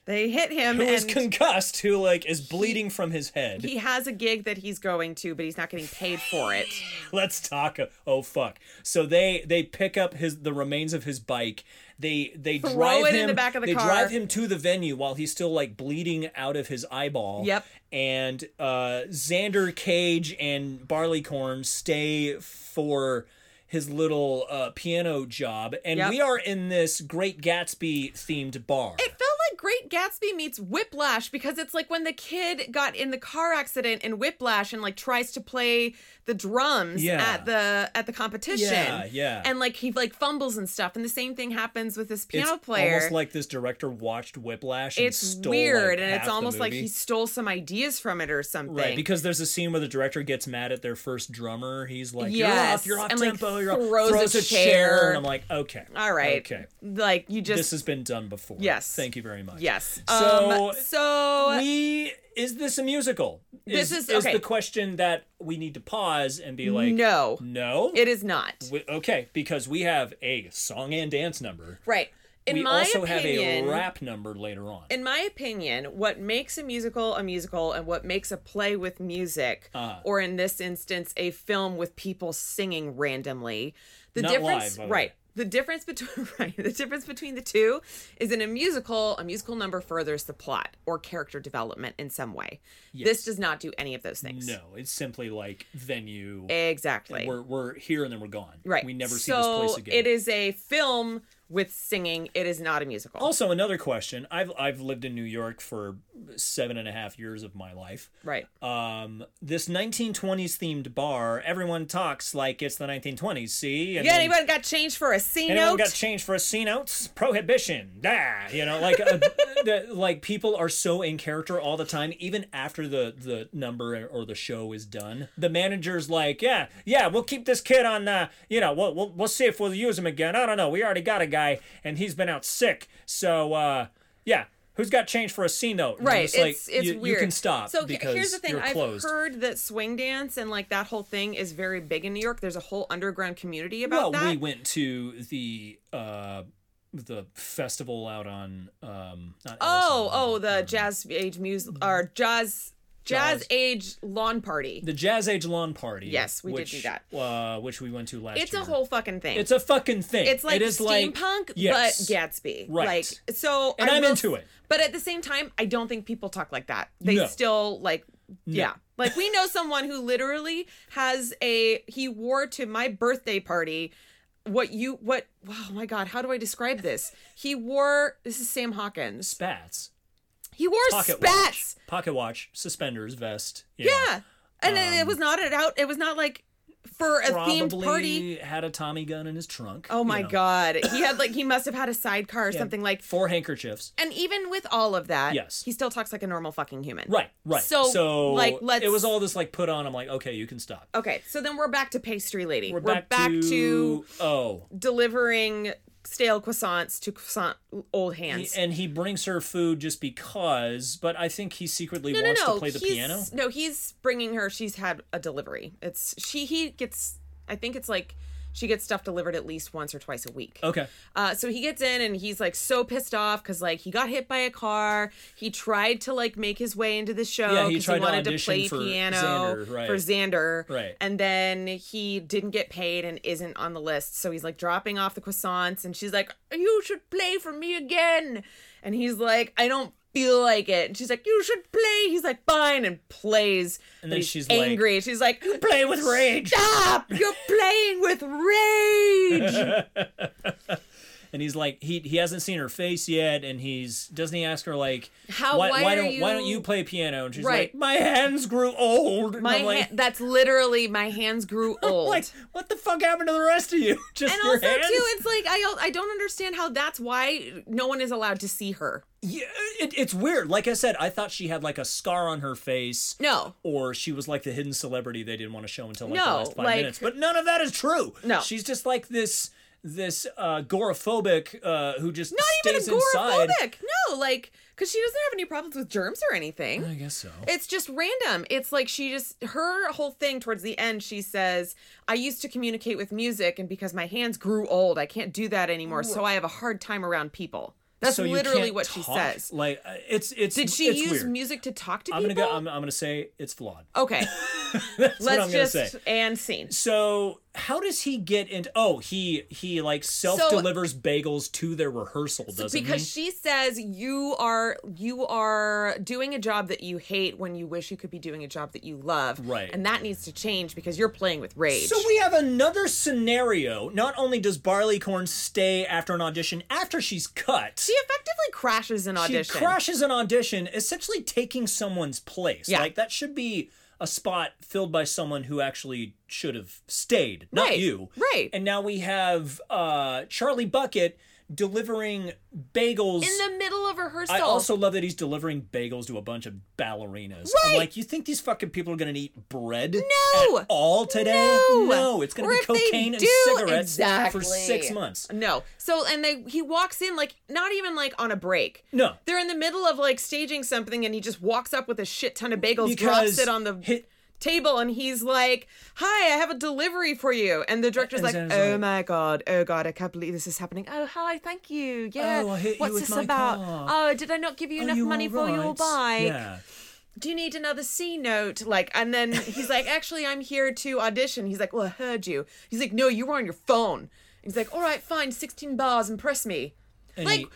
B: They hit him
A: who is
B: and
A: concussed, who like is bleeding from his head.
B: he has a gig that he's going to, but he's not getting paid for it.
A: Let's talk. Oh fuck! So they they pick up his the remains of his bike. They they drive
B: it in
A: him
B: the back of the
A: they
B: car.
A: drive him to the venue while he's still like bleeding out of his eyeball.
B: Yep.
A: And uh, Xander Cage and Barleycorn stay for his little uh, piano job, and
B: Yep.
A: we are in this Great Gatsby themed bar.
B: It felt like Great Gatsby meets Whiplash because it's like when the kid got in the car accident in Whiplash and like tries to play the drums
A: Yeah.
B: at the at the competition.
A: Yeah, yeah.
B: And like he like fumbles and stuff, and the same thing happens with this
A: it's
B: piano player.
A: almost like this director watched Whiplash. And
B: it's
A: stole,
B: weird,
A: like,
B: and
A: half
B: it's
A: the
B: almost like
A: movie.
B: he stole some ideas from it or something.
A: Right, because there's a scene where the director gets mad at their first drummer. He's like, "You're
B: Yes,
A: off, you're off
B: and, like,
A: tempo, you're off."
B: throws a chair.
A: and I'm like, "Okay,
B: all right,
A: okay,
B: like you just
A: this has been done before."
B: Yes.
A: thank you very much.
B: yes.
A: So
B: um, so
A: we is this a musical?
B: This is- okay.
A: the question that we need to pause and be like,
B: No.
A: no,
B: it is not
A: We- okay, because we have a song and dance number.
B: right. In
A: we
B: my
A: also
B: opinion,
A: have a rap number later on.
B: in my opinion, what makes a musical a musical and what makes a play with music,
A: Uh-huh.
B: or in this instance, a film with people singing randomly, the
A: Not live,
B: difference,
A: by the way.
B: right? The difference between right, the difference between the two is in a musical, a musical number furthers the plot or character development in some way. This does not do any of those things.
A: no, it's simply like venue.
B: exactly.
A: We're we're here and then we're gone.
B: right.
A: We never see
B: so
A: this place again.
B: It is a film with singing. It is not a musical.
A: Also, another question. I've I've lived in New York for seven and a half years of my life.
B: right.
A: Um, this 1920s themed bar. Everyone talks like it's the 1920s. See, and
B: yeah.
A: then
B: Anyone got changed for a C
A: anyone
B: note?
A: got changed for a C notes? Prohibition. Ah, you know, like uh, the, like people are so in character all the time, even after the the number or the show is done. The manager's like, yeah, yeah, we'll keep this kid on. Uh, you know, we'll, we'll we'll see if we'll use him again. I don't know. We already got a guy, and he's been out sick. So uh, yeah. Who's got changed for a C note? And I'm
B: right
A: just
B: it's
A: like,
B: it's
A: you,
B: weird
A: You can stop.
B: so he-
A: because
B: here's the thing
A: You're
B: i've
A: closed.
B: heard that swing dance and like that whole thing is very big in new york there's a whole underground community
A: Well,
B: about that
A: we went to the uh, the festival out on um, not
B: oh
A: Ellison,
B: oh
A: but,
B: the
A: um,
B: jazz age muse or jazz jazz,
A: Mm-hmm. Jazz.
B: age lawn party
A: the Jazz Age Lawn Party.
B: Yes, we did
A: which,
B: do that.
A: Uh, which we went to last.
B: it's a
A: year.
B: whole fucking thing
A: It's a fucking thing.
B: it's like
A: it is
B: steampunk
A: Like, yes.
B: but gatsby
A: Right.
B: like so
A: And
B: I
A: I'm
B: will
A: into
B: s-
A: it.
B: but at the same time i don't think people talk like that they
A: No.
B: still like yeah like we know someone who literally has a he wore to my birthday party what you what oh my god how do i describe this he wore this is sam hawkins
A: spats,
B: he wore
A: pocket
B: spats
A: watch, pocket watch, suspenders, vest.
B: yeah and it- it was not it out it was not like for a themed party.
A: Um, Probably had a Tommy gun in his trunk.
B: Oh
A: you
B: my
A: know.
B: god. He had like he must have had a sidecar or something like
A: Four handkerchiefs.
B: and even with all of that,
A: Yes.
B: he still talks like a normal fucking human.
A: Right, right.
B: So, like, let's-
A: It was all this like put on. I'm like, okay, you can stop.
B: Okay, so then we're back to pastry lady. We're,
A: back, to, oh,
B: delivering stale croissants to croissant old hands.
A: and he brings her food just because. But I think he secretly
B: no, no,
A: wants
B: no.
A: to play the
B: he's,
A: piano.
B: No, he's bringing her. She's had a delivery. It's she. He gets. I think it's like she gets stuff delivered at least once or twice a week.
A: Okay,
B: Uh, so he gets in and he's like so pissed off because like he got hit by a car. He tried to like make his way into the show
A: Yeah, he
B: because he,
A: tried to
B: wanted to,
A: audition
B: play
A: for
B: piano
A: Xander, right.
B: for Xander.
A: Right.
B: And then he didn't get paid and isn't on the list. So he's like dropping off the croissants and she's like, You should play for me again. And he's like, I don't feel like it. And she's like, You should play. He's like, Fine, and plays. And
A: then
B: he's
A: she's like,
B: angry. she's like, You
A: play with rage.
B: Stop! You're playing with rage.
A: And he's like, he he hasn't seen her face yet, and he's doesn't he ask her like,
B: How-
A: why,
B: why are
A: don't why don't
B: you-
A: you play piano? And she's like,
B: Right.
A: my hands grew old. And
B: My
A: I'm like,
B: ha- that's literally my hands grew old.
A: like, what the fuck happened to the rest of you? Just
B: and
A: your
B: also
A: hands?
B: too, it's like I al- I don't understand how that's why no one is allowed to see her.
A: Yeah, it, it's weird. Like I said, I thought she had like a scar on her face.
B: No.
A: Or she was like the hidden celebrity they didn't want to show until like the
B: No,
A: last five
B: like-
A: minutes. But none of that is true.
B: No.
A: She's just like this this uh agoraphobic uh who just
B: Not even
A: stays inside.
B: agoraphobic. No, like because she doesn't have any problems with germs or anything.
A: I guess so.
B: It's just random. It's like she just her whole thing towards the end. She says, "I used to communicate with music, and because my hands grew old, I can't do that anymore. So I have a hard time around people." That's
A: So you
B: literally
A: can't
B: what she
A: talk?
B: says.
A: Like uh, it's it's
B: Did she
A: it's
B: use
A: weird.
B: music to talk to
A: I'm
B: people?
A: gonna go I'm, I'm gonna say it's flawed.
B: Okay.
A: That's what I'm
B: Let's
A: gonna
B: just
A: say.
B: and scene.
A: So how does he get into oh he he like self delivers bagels to their rehearsal, doesn't he?
B: Because she says you are you are doing a job that you hate when you wish you could be doing a job that you love.
A: Right.
B: And that needs to change because you're playing with rage.
A: So we have another scenario. Not only does Barleycorn stay after an audition after she's cut,
B: she effectively crashes an
A: she
B: audition.
A: crashes an audition, essentially taking someone's place.
B: Yeah.
A: Like that should be a spot filled by someone who actually should have stayed, not
B: Right,
A: you.
B: right.
A: And now we have uh, Charlie Bucket delivering bagels.
B: in the middle of rehearsal.
A: I also love that he's delivering bagels to a bunch of ballerinas. I'm
B: Right.
A: like, you think these fucking people are gonna eat bread
B: No.
A: at all today?
B: No.
A: it's gonna
B: Or
A: be
B: if they
A: cocaine and
B: do-
A: cigarettes
B: exactly.
A: for six months.
B: no. So and they he walks in like not even like on a break.
A: No.
B: They're in the middle of like staging something and he just walks up with a shit ton of bagels,
A: Because
B: drops it on the
A: hi-
B: table and he's like, "Hi, I have a delivery for you." And the director's
A: And
B: like,
A: Xander's
B: "Oh
A: like-
B: my god, oh god, I can't believe this is happening. Oh hi, thank you. Yeah,
A: Oh, I hit you
B: what's
A: with
B: this
A: my
B: about?
A: car.
B: Oh, did I not give you
A: Are
B: enough
A: you
B: money for your
A: alright?
B: bike?
A: Yeah.
B: Do you need another C note? Like, and then he's like, "Actually, I'm here to audition." He's like, "Well, I heard you." He's like, "No, you were on your phone." He's like, "All right, fine, sixteen bars, impress me."
A: And
B: like.
A: he-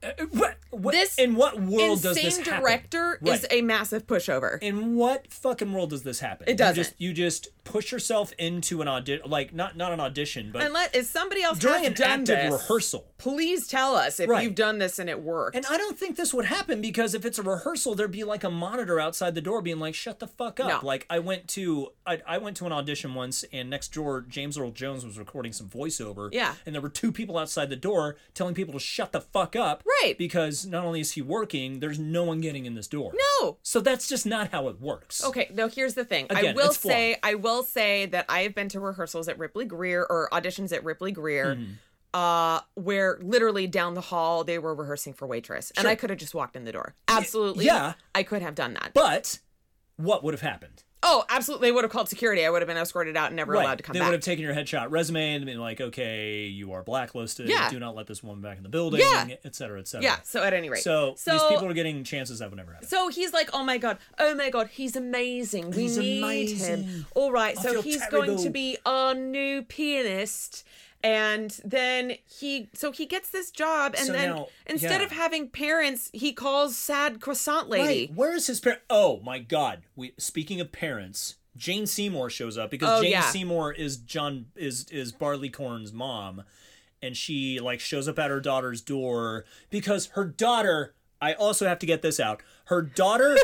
A: Uh, what, what,
B: this
A: in what world does
B: insane
A: this happen?
B: director is
A: Right.
B: a massive pushover.
A: in what fucking world does this happen? It
B: doesn't.
A: You just, you just push yourself into an audition, like not not an audition, but
B: Unless if somebody else
A: during
B: has
A: an
B: done
A: active
B: this,
A: rehearsal.
B: please tell us if
A: Right.
B: you've done this and it worked.
A: And I don't think this would happen because if it's a rehearsal, there'd be like a monitor outside the door being like, "Shut the fuck up!"
B: No.
A: Like I went to I, I went to an audition once, and next door James Earl Jones was recording some voiceover.
B: Yeah.
A: and there were two people outside the door telling people to shut the fuck up.
B: Right.
A: because not only is he working, there's no one getting in this door.
B: no.
A: so that's just not how it works.
B: Oh, Okay, no, here's the thing. I
A: Again,
B: will
A: it's flawed.
B: say I will say that I have been to rehearsals at Ripley Greer or auditions at Ripley Greer.
A: Mm-hmm.
B: Uh, where literally down the hall they were rehearsing for waitress, and I could have just walked in the door. Absolutely,
A: yeah.
B: I could have done that.
A: but what would have happened?
B: oh, absolutely, they would have called security. I would have been escorted out and never allowed to come
A: they
B: back.
A: would have taken your headshot resume and been like, "Okay, you are blacklisted.
B: Yeah.
A: do not let this woman back in the building.
B: Yeah.
A: et cetera, et cetera."
B: yeah. So at any rate,
A: So, these people are getting chances that would never happen.
B: So he's like, oh my god, oh my god, he's amazing. We
A: He's
B: need him.
A: amazing.
B: All right,
A: I
B: so
A: feel
B: he's
A: terrible.
B: going to be our new pianist. And then he, so he gets this job, and
A: So
B: then
A: now-
B: instead
A: yeah.
B: of having parents, he calls sad croissant lady.
A: Wait, where is his parent? Oh my God! We speaking of parents, Jane Seymour shows up because
B: Oh,
A: Jane
B: yeah.
A: Seymour is John is is Barleycorn's mom, and she like shows up at her daughter's door because her daughter. I also have to get this out. Her daughter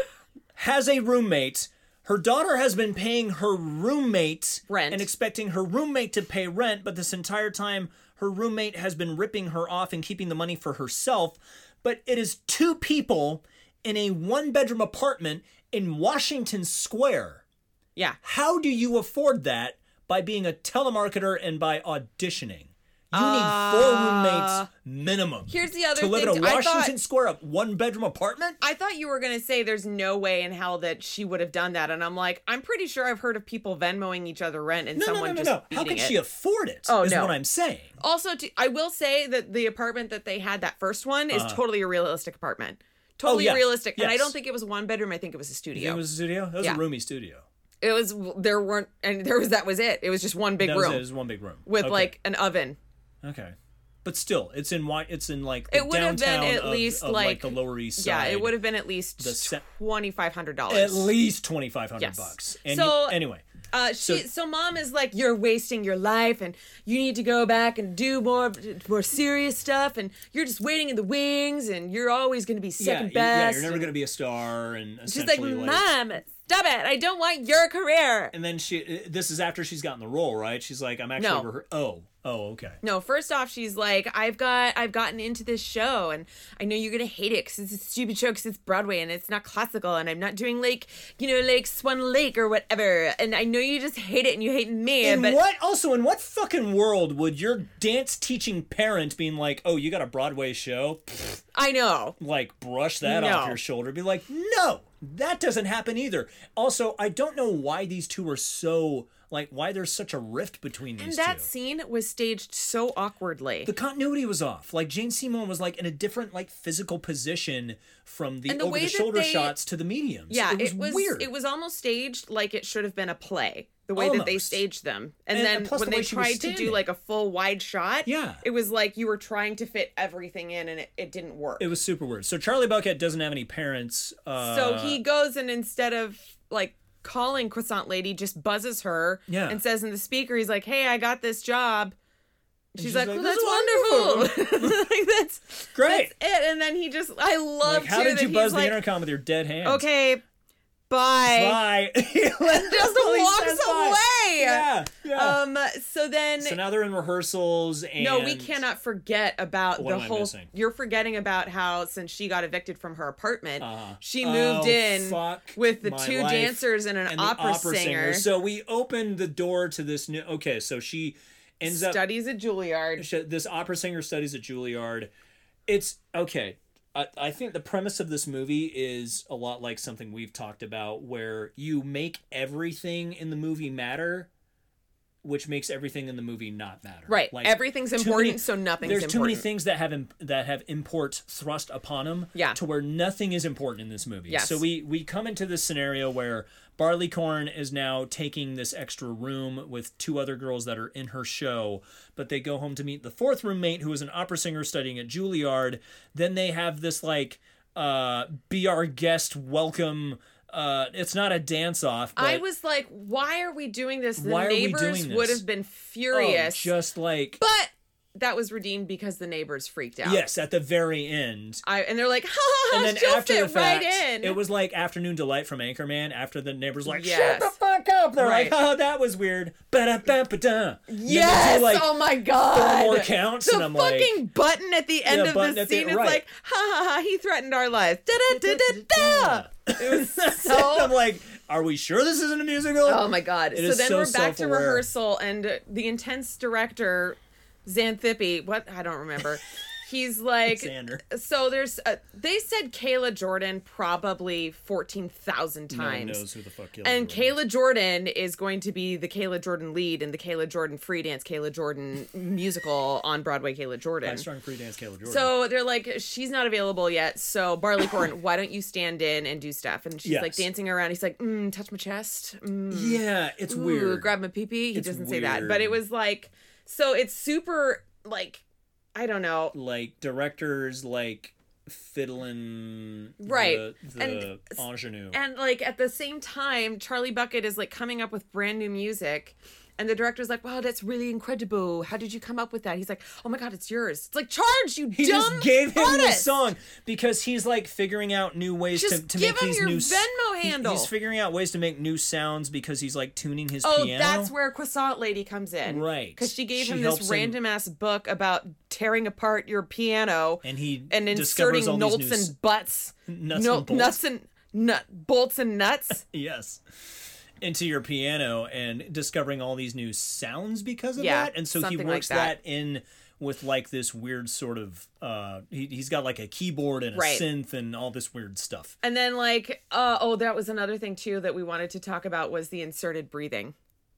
A: has a roommate Her daughter has been paying her roommate
B: Rent.
A: and expecting her roommate to pay rent, but this entire time her roommate has been ripping her off and keeping the money for herself. But it is two people in a one bedroom apartment in Washington Square.
B: Yeah.
A: How do you afford that by being a telemarketer and by auditioning? You need four roommates minimum.
D: Uh, Here's the other
A: to live
D: thing,
A: in a
D: too. I thought-
A: Washington Square up one bedroom apartment.
B: I thought you were going to say there's no way in hell that she would have done that. And I'm like, I'm pretty sure I've heard of people Venmoing each other rent and
A: No, no, no,
B: someone
A: no,
B: just
A: no. How
B: eating
A: can
B: it.
A: she afford it? Is
B: Oh, no.
A: what I'm saying.
B: Also, to, I will say that the apartment that they had, that first one, is totally a realistic apartment. Totally
A: Uh-huh. Oh, yes.
B: realistic. And I
A: Yes.
B: don't think it was one bedroom. I think it was a studio.
A: It was a studio. That was
B: Yeah.
A: a roomy studio.
B: it was there weren't and there was that was it it was just one big
A: That was,
B: room
A: it. It was one big room
B: with
A: Okay.
B: like an oven
A: okay, but still, it's in why it's in like the
B: It would have been
A: downtown
B: at
A: of-
B: least,
A: of,
B: like-
A: the Lower East Side.
B: yeah it would have been at least
A: The se-
B: $2500
A: at least twenty five hundred
B: Yes.
A: bucks. And
B: So-
A: you- anyway,
B: uh, she, so, mom is like you're wasting your life and you need to go back and do more more serious stuff and you're just waiting in the wings and you're always going to be second
A: yeah, you- yeah,
B: best
A: you're never
B: and
A: gonna be a star. And
B: she's like
A: essentially,
B: mom stop it i don't want your career
A: and then she. uh, This is after she's gotten the role, right? She's like, I'm actually
B: No.
A: rehe- oh, oh, okay.
B: No, first off, she's like, I've got, I've gotten into this show, and I know you're gonna hate it because it's a stupid show, because it's Broadway and it's not classical, and I'm not doing like, you know, like Swan Lake or whatever, and I know you just hate it and you hate me,
A: In
B: but
A: what also in what fucking world would your dance teaching parent being like, "Oh, you got a Broadway show?"
B: I know.
A: like brush that
B: No.
A: off your shoulder be like no that doesn't happen either also i don't know why these two are so like why there's such a rift between
B: And
A: these
B: that
A: two
B: scene was staged so awkwardly.
A: the continuity was off like jane seymour was like in a different like physical position from the,
B: And the
A: over
B: way
A: the
B: that
A: shoulder
B: they-
A: shots to the mediums
B: yeah,
A: it was, weird
B: It was almost staged like it should have been a play. The way that they
A: Almost.
B: staged them, and,
A: And-
B: then
A: and plus
B: when
A: the way
B: they
A: she was
B: tried to do
A: standing.
B: like a full wide shot,
A: Yeah.
B: it was like you were trying to fit everything in, and it, it didn't work.
A: It was super weird so charlie bucket doesn't have any parents uh
B: So he goes and instead of like calling Croissant Lady, just buzzes her
A: Yeah.
B: and says in the speaker, he's like, "Hey, I got this job." She's,
A: she's
B: like,
A: like,
B: "Well,
A: "This
B: "That's
A: is
B: wonderful." like that's
A: Great.
B: That's it. And then he just, I love
A: like how
B: too
A: did
B: that
A: you
B: he's
A: buzz the
B: like,
A: intercom with your dead hand
B: Okay, bye.
A: bye He
B: Just
A: literally says
B: walks
A: bye.
B: away.
A: yeah, yeah.
B: Um. So then.
A: so now they're in rehearsals and
B: no, we cannot forget about
A: What
B: the
A: am I
B: whole.
A: missing?
B: You're forgetting about how since she got evicted from her apartment,
A: Uh-huh.
B: she
A: Oh,
B: moved in
A: fuck
B: with the
A: my
B: two
A: life.
B: dancers and an
A: and the
B: opera, singer.
A: So we opened the door to this new. Okay, so she ends up
B: studies at Juilliard.
A: sh- this opera singer studies at Juilliard. It's okay. I, I think the premise of this movie is a lot like something we've talked about, where you make everything in the movie matter, which makes everything in the movie not matter.
B: Right.
A: Like,
B: Everything's
A: too many-
B: important, so nothing's
A: there's
B: important.
A: too many things that have im- that have import thrust upon them
B: Yeah.
A: to where nothing is important in this movie
B: Yes.
A: so we we come into this scenario where barleycorn is now taking this extra room with two other girls that are in her show but they go home to meet the fourth roommate who is an opera singer studying at juilliard then they have this like uh be our guest welcome uh it's not a dance off but
B: I was like, why are we doing this? The
A: Why are we
B: neighbors
A: doing this?
B: would have been
A: oh,
B: furious.
A: just like
B: but that was redeemed because the neighbors freaked out.
A: yes at the very end
B: I, and they're like, ha ha
A: and
B: ha,
A: then
B: she'll
A: after
B: fit
A: the fact,
B: right in.
A: it was like afternoon delight from Anchorman. After the neighbors like,
B: Yes.
A: shut the fuck up. They're
B: Right.
A: like, oh, that was weird. Ba-da-ba-ba-da. And then they do,
B: yes!
A: like,
B: oh my god!
A: four counts,
B: the
A: and I'm like-
B: fucking button at the end
A: Yeah,
B: of
A: button
B: the
A: at the-
B: scene is
A: right.
B: like, ha ha ha, he threatened our lives. Da da da da da. It was so
A: I'm like, are we sure this isn't a musical?
B: Oh my god!
A: It
B: so
A: is
B: then
A: so
B: we're back to
A: self-aware.
B: rehearsal, and uh, the intense director, Xanthippe, what I don't remember. He's like,
A: Xander.
B: so there's. A, they said Kayla Jordan probably fourteen thousand
A: No one
B: times.
A: knows who the fuck Kayla
B: and
A: Jordan
B: Kayla Jordan is going to be the Kayla Jordan lead in the Kayla Jordan free dance, Kayla Jordan musical on Broadway. Kayla Jordan.
A: is. Strong free dance Kayla Jordan.
B: So they're like, she's not available yet. So Barleycorn, why don't you stand in and do stuff? And she's like
A: Yes.
B: dancing around. He's like, mm, touch my chest. Mm,
A: yeah, it's
B: Ooh,
A: weird.
B: grab my pee pee. He
A: It's
B: doesn't say that, but
A: weird.
B: it was like so. It's super like I don't know.
A: like directors like fiddling
B: Right.
A: the, the ingenue.
B: And like at the same time, Charlie Bucket is like coming up with brand new music, And the director's like, wow, that's really incredible. How did you come up with that? He's like, oh my God, it's yours. It's like, charge, you
A: He
B: dumb
A: just gave him
B: artist.
A: this song because he's like figuring out new ways
B: Just
A: to, to
B: give
A: make
B: him
A: these
B: your
A: new s-
B: Venmo
A: he-
B: handle.
A: He's figuring out ways to make new sounds because he's like tuning his
B: Oh,
A: piano.
B: that's where Croissant Lady comes in.
A: Right.
B: Because she gave
A: She
B: him
A: helps
B: this
A: him-
B: random ass book about tearing apart your piano
A: and he
B: and
A: discovers all
B: inserting
A: these
B: nuts
A: new s-
B: and butts.
A: nuts
B: no-
A: and bolts.
B: Nuts and nut, bolts and nuts.
A: yes into your piano and discovering all these new sounds because of
B: Yeah,
A: that and so he
B: something like
A: works that.
B: that.
A: in with like this weird sort of uh he, he's got like a keyboard and a
B: Right.
A: synth and all this weird stuff
B: and then, like, uh, oh, that was another thing, too, that we wanted to talk about was the inserted breathing.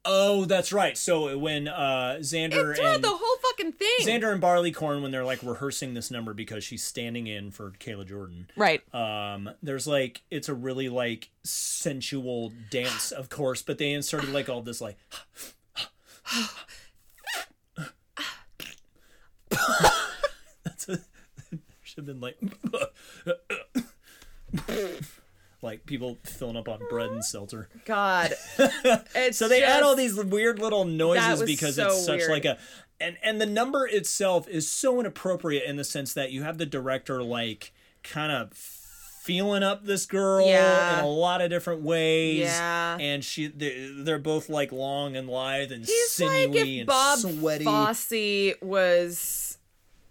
A: oh that's right so when uh xander
B: Throughout
A: and
B: the whole fucking thing.
A: xander and barleycorn when they're like rehearsing this number because she's standing in for kayla jordan
B: right.
A: um there's like it's a really like sensual dance of course but they inserted like all this like that's a should have been like like people filling up on bread and seltzer
B: God. It's
A: so they add
B: just-
A: all these weird little noises
B: was
A: because
B: so
A: it's such
B: weird.
A: like a and and the number itself is so inappropriate in the sense that you have the director like kind of feeling up this girl
B: Yeah.
A: in a lot of different ways.
B: Yeah.
A: And she they- they're both like long and lithe and
B: It's
A: sinewy
B: like if
A: and
B: Bob
A: sweaty.
B: Fosse was.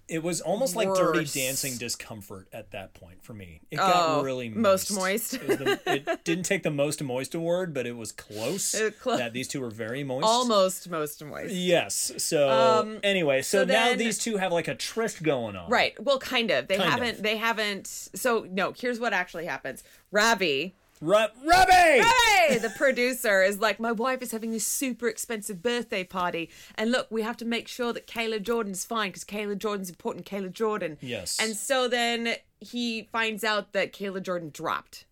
A: it was almost like dirty
B: Worse.
A: dancing discomfort at that point for me. It got
B: Oh,
A: really moist.
B: most moist.
A: it, was the- it didn't take the most moist award, but it was close.
B: It clo-
A: that these two were very moist.
B: Almost most moist.
A: Yes. So anyway, so,
B: Um, so
A: now
B: then-
A: these two have like a tryst going on.
B: Right. Well, kind of. They
A: Kind of.
B: haven't. They haven't. So no. Here's what actually happens. Ravi,
A: Ru- Robbie!
B: hey, the producer is like, my wife is having this super expensive birthday party, and look, we have to make sure that Kayla Jordan's fine because Kayla Jordan's important. Kayla Jordan.
A: Yes.
B: And so then he finds out that Kayla Jordan dropped.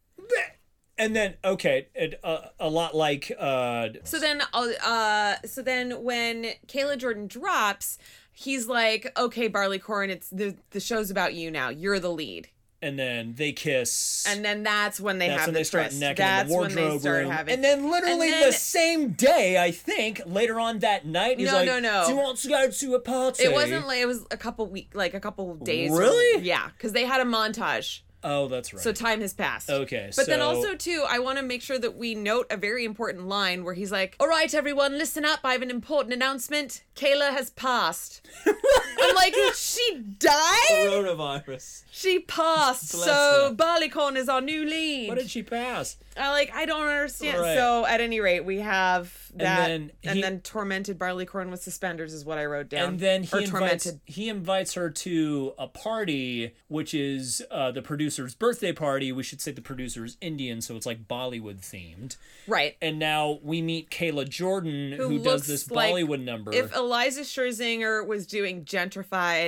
A: And then okay, it, uh, a lot like uh
B: So then, uh, so then when Kayla Jordan drops, he's like, "Okay, Barleycorn, it's the the show's about you now. You're the lead."
A: and then they kiss.
B: And then that's when they
A: that's
B: have
A: when
B: the
A: they start
B: tryst.
A: necking
B: That's
A: in the wardrobe
B: when they start
A: room.
B: having.
A: and then literally
B: And then-
A: the same day, I think, later on that night, he's
B: No,
A: like,
B: no, no.
A: "Do you want to go to a party?"
B: it wasn't like it was a couple week, like a couple days.
A: Really?
B: yeah, because they had a montage,
A: Oh, that's right.
B: so time has passed.
A: Okay,
B: but then
A: so-
B: also too, I want to make sure that we note a very important line where he's like, "All right, everyone, listen up. I have an important announcement. Kayla has passed." I'm like, she died.
A: Coronavirus.
B: She passed,
A: Bless her.
B: so Barleycorn is our new lead.
A: What did she pass?
B: I like I don't understand.
A: Right.
B: So at any rate, we have that,
A: then
B: and
A: he-
B: then, tormented barleycorn with suspenders is what I wrote down.
A: and then he
B: or
A: invites
B: tormented.
A: he invites her to a party, which is uh, the producer's birthday party. We should say the producer is Indian, so it's like Bollywood themed.
B: Right.
A: And now we meet Kayla Jordan, who, does
B: looks
A: this
B: like
A: Bollywood number.
B: If Eliza Scherzinger was doing gentrified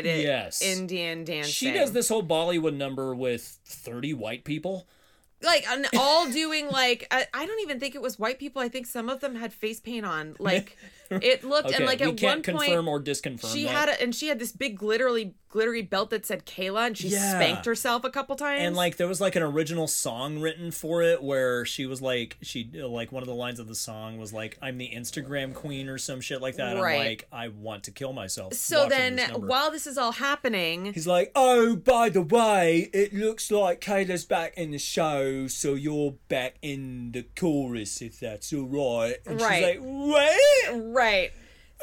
A: Yes.
B: Indian dancing,
A: she does this whole Bollywood number with thirty white people.
B: like and all doing like I, I don't even think it was white people. I think some of them had face paint on. Like it looked
A: Okay,
B: and like
A: we
B: at one
A: can't confirm
B: point
A: or disconfirm.
B: she
A: that.
B: had a, and she had this big glittery glittery belt that said Kayla, and she
A: Yeah.
B: spanked herself a couple times.
A: and like there was like an original song written for it where she was like she like one of the lines of the song was like i'm the instagram queen or some shit like that i'm
B: Right.
A: like i want to kill myself
B: so
A: watching
B: then
A: this number.
B: while this is all happening,
A: he's like oh by the way it looks like kayla's back in the show so you're back in the chorus if that's all right and
B: Right.
A: she's like what
B: Right.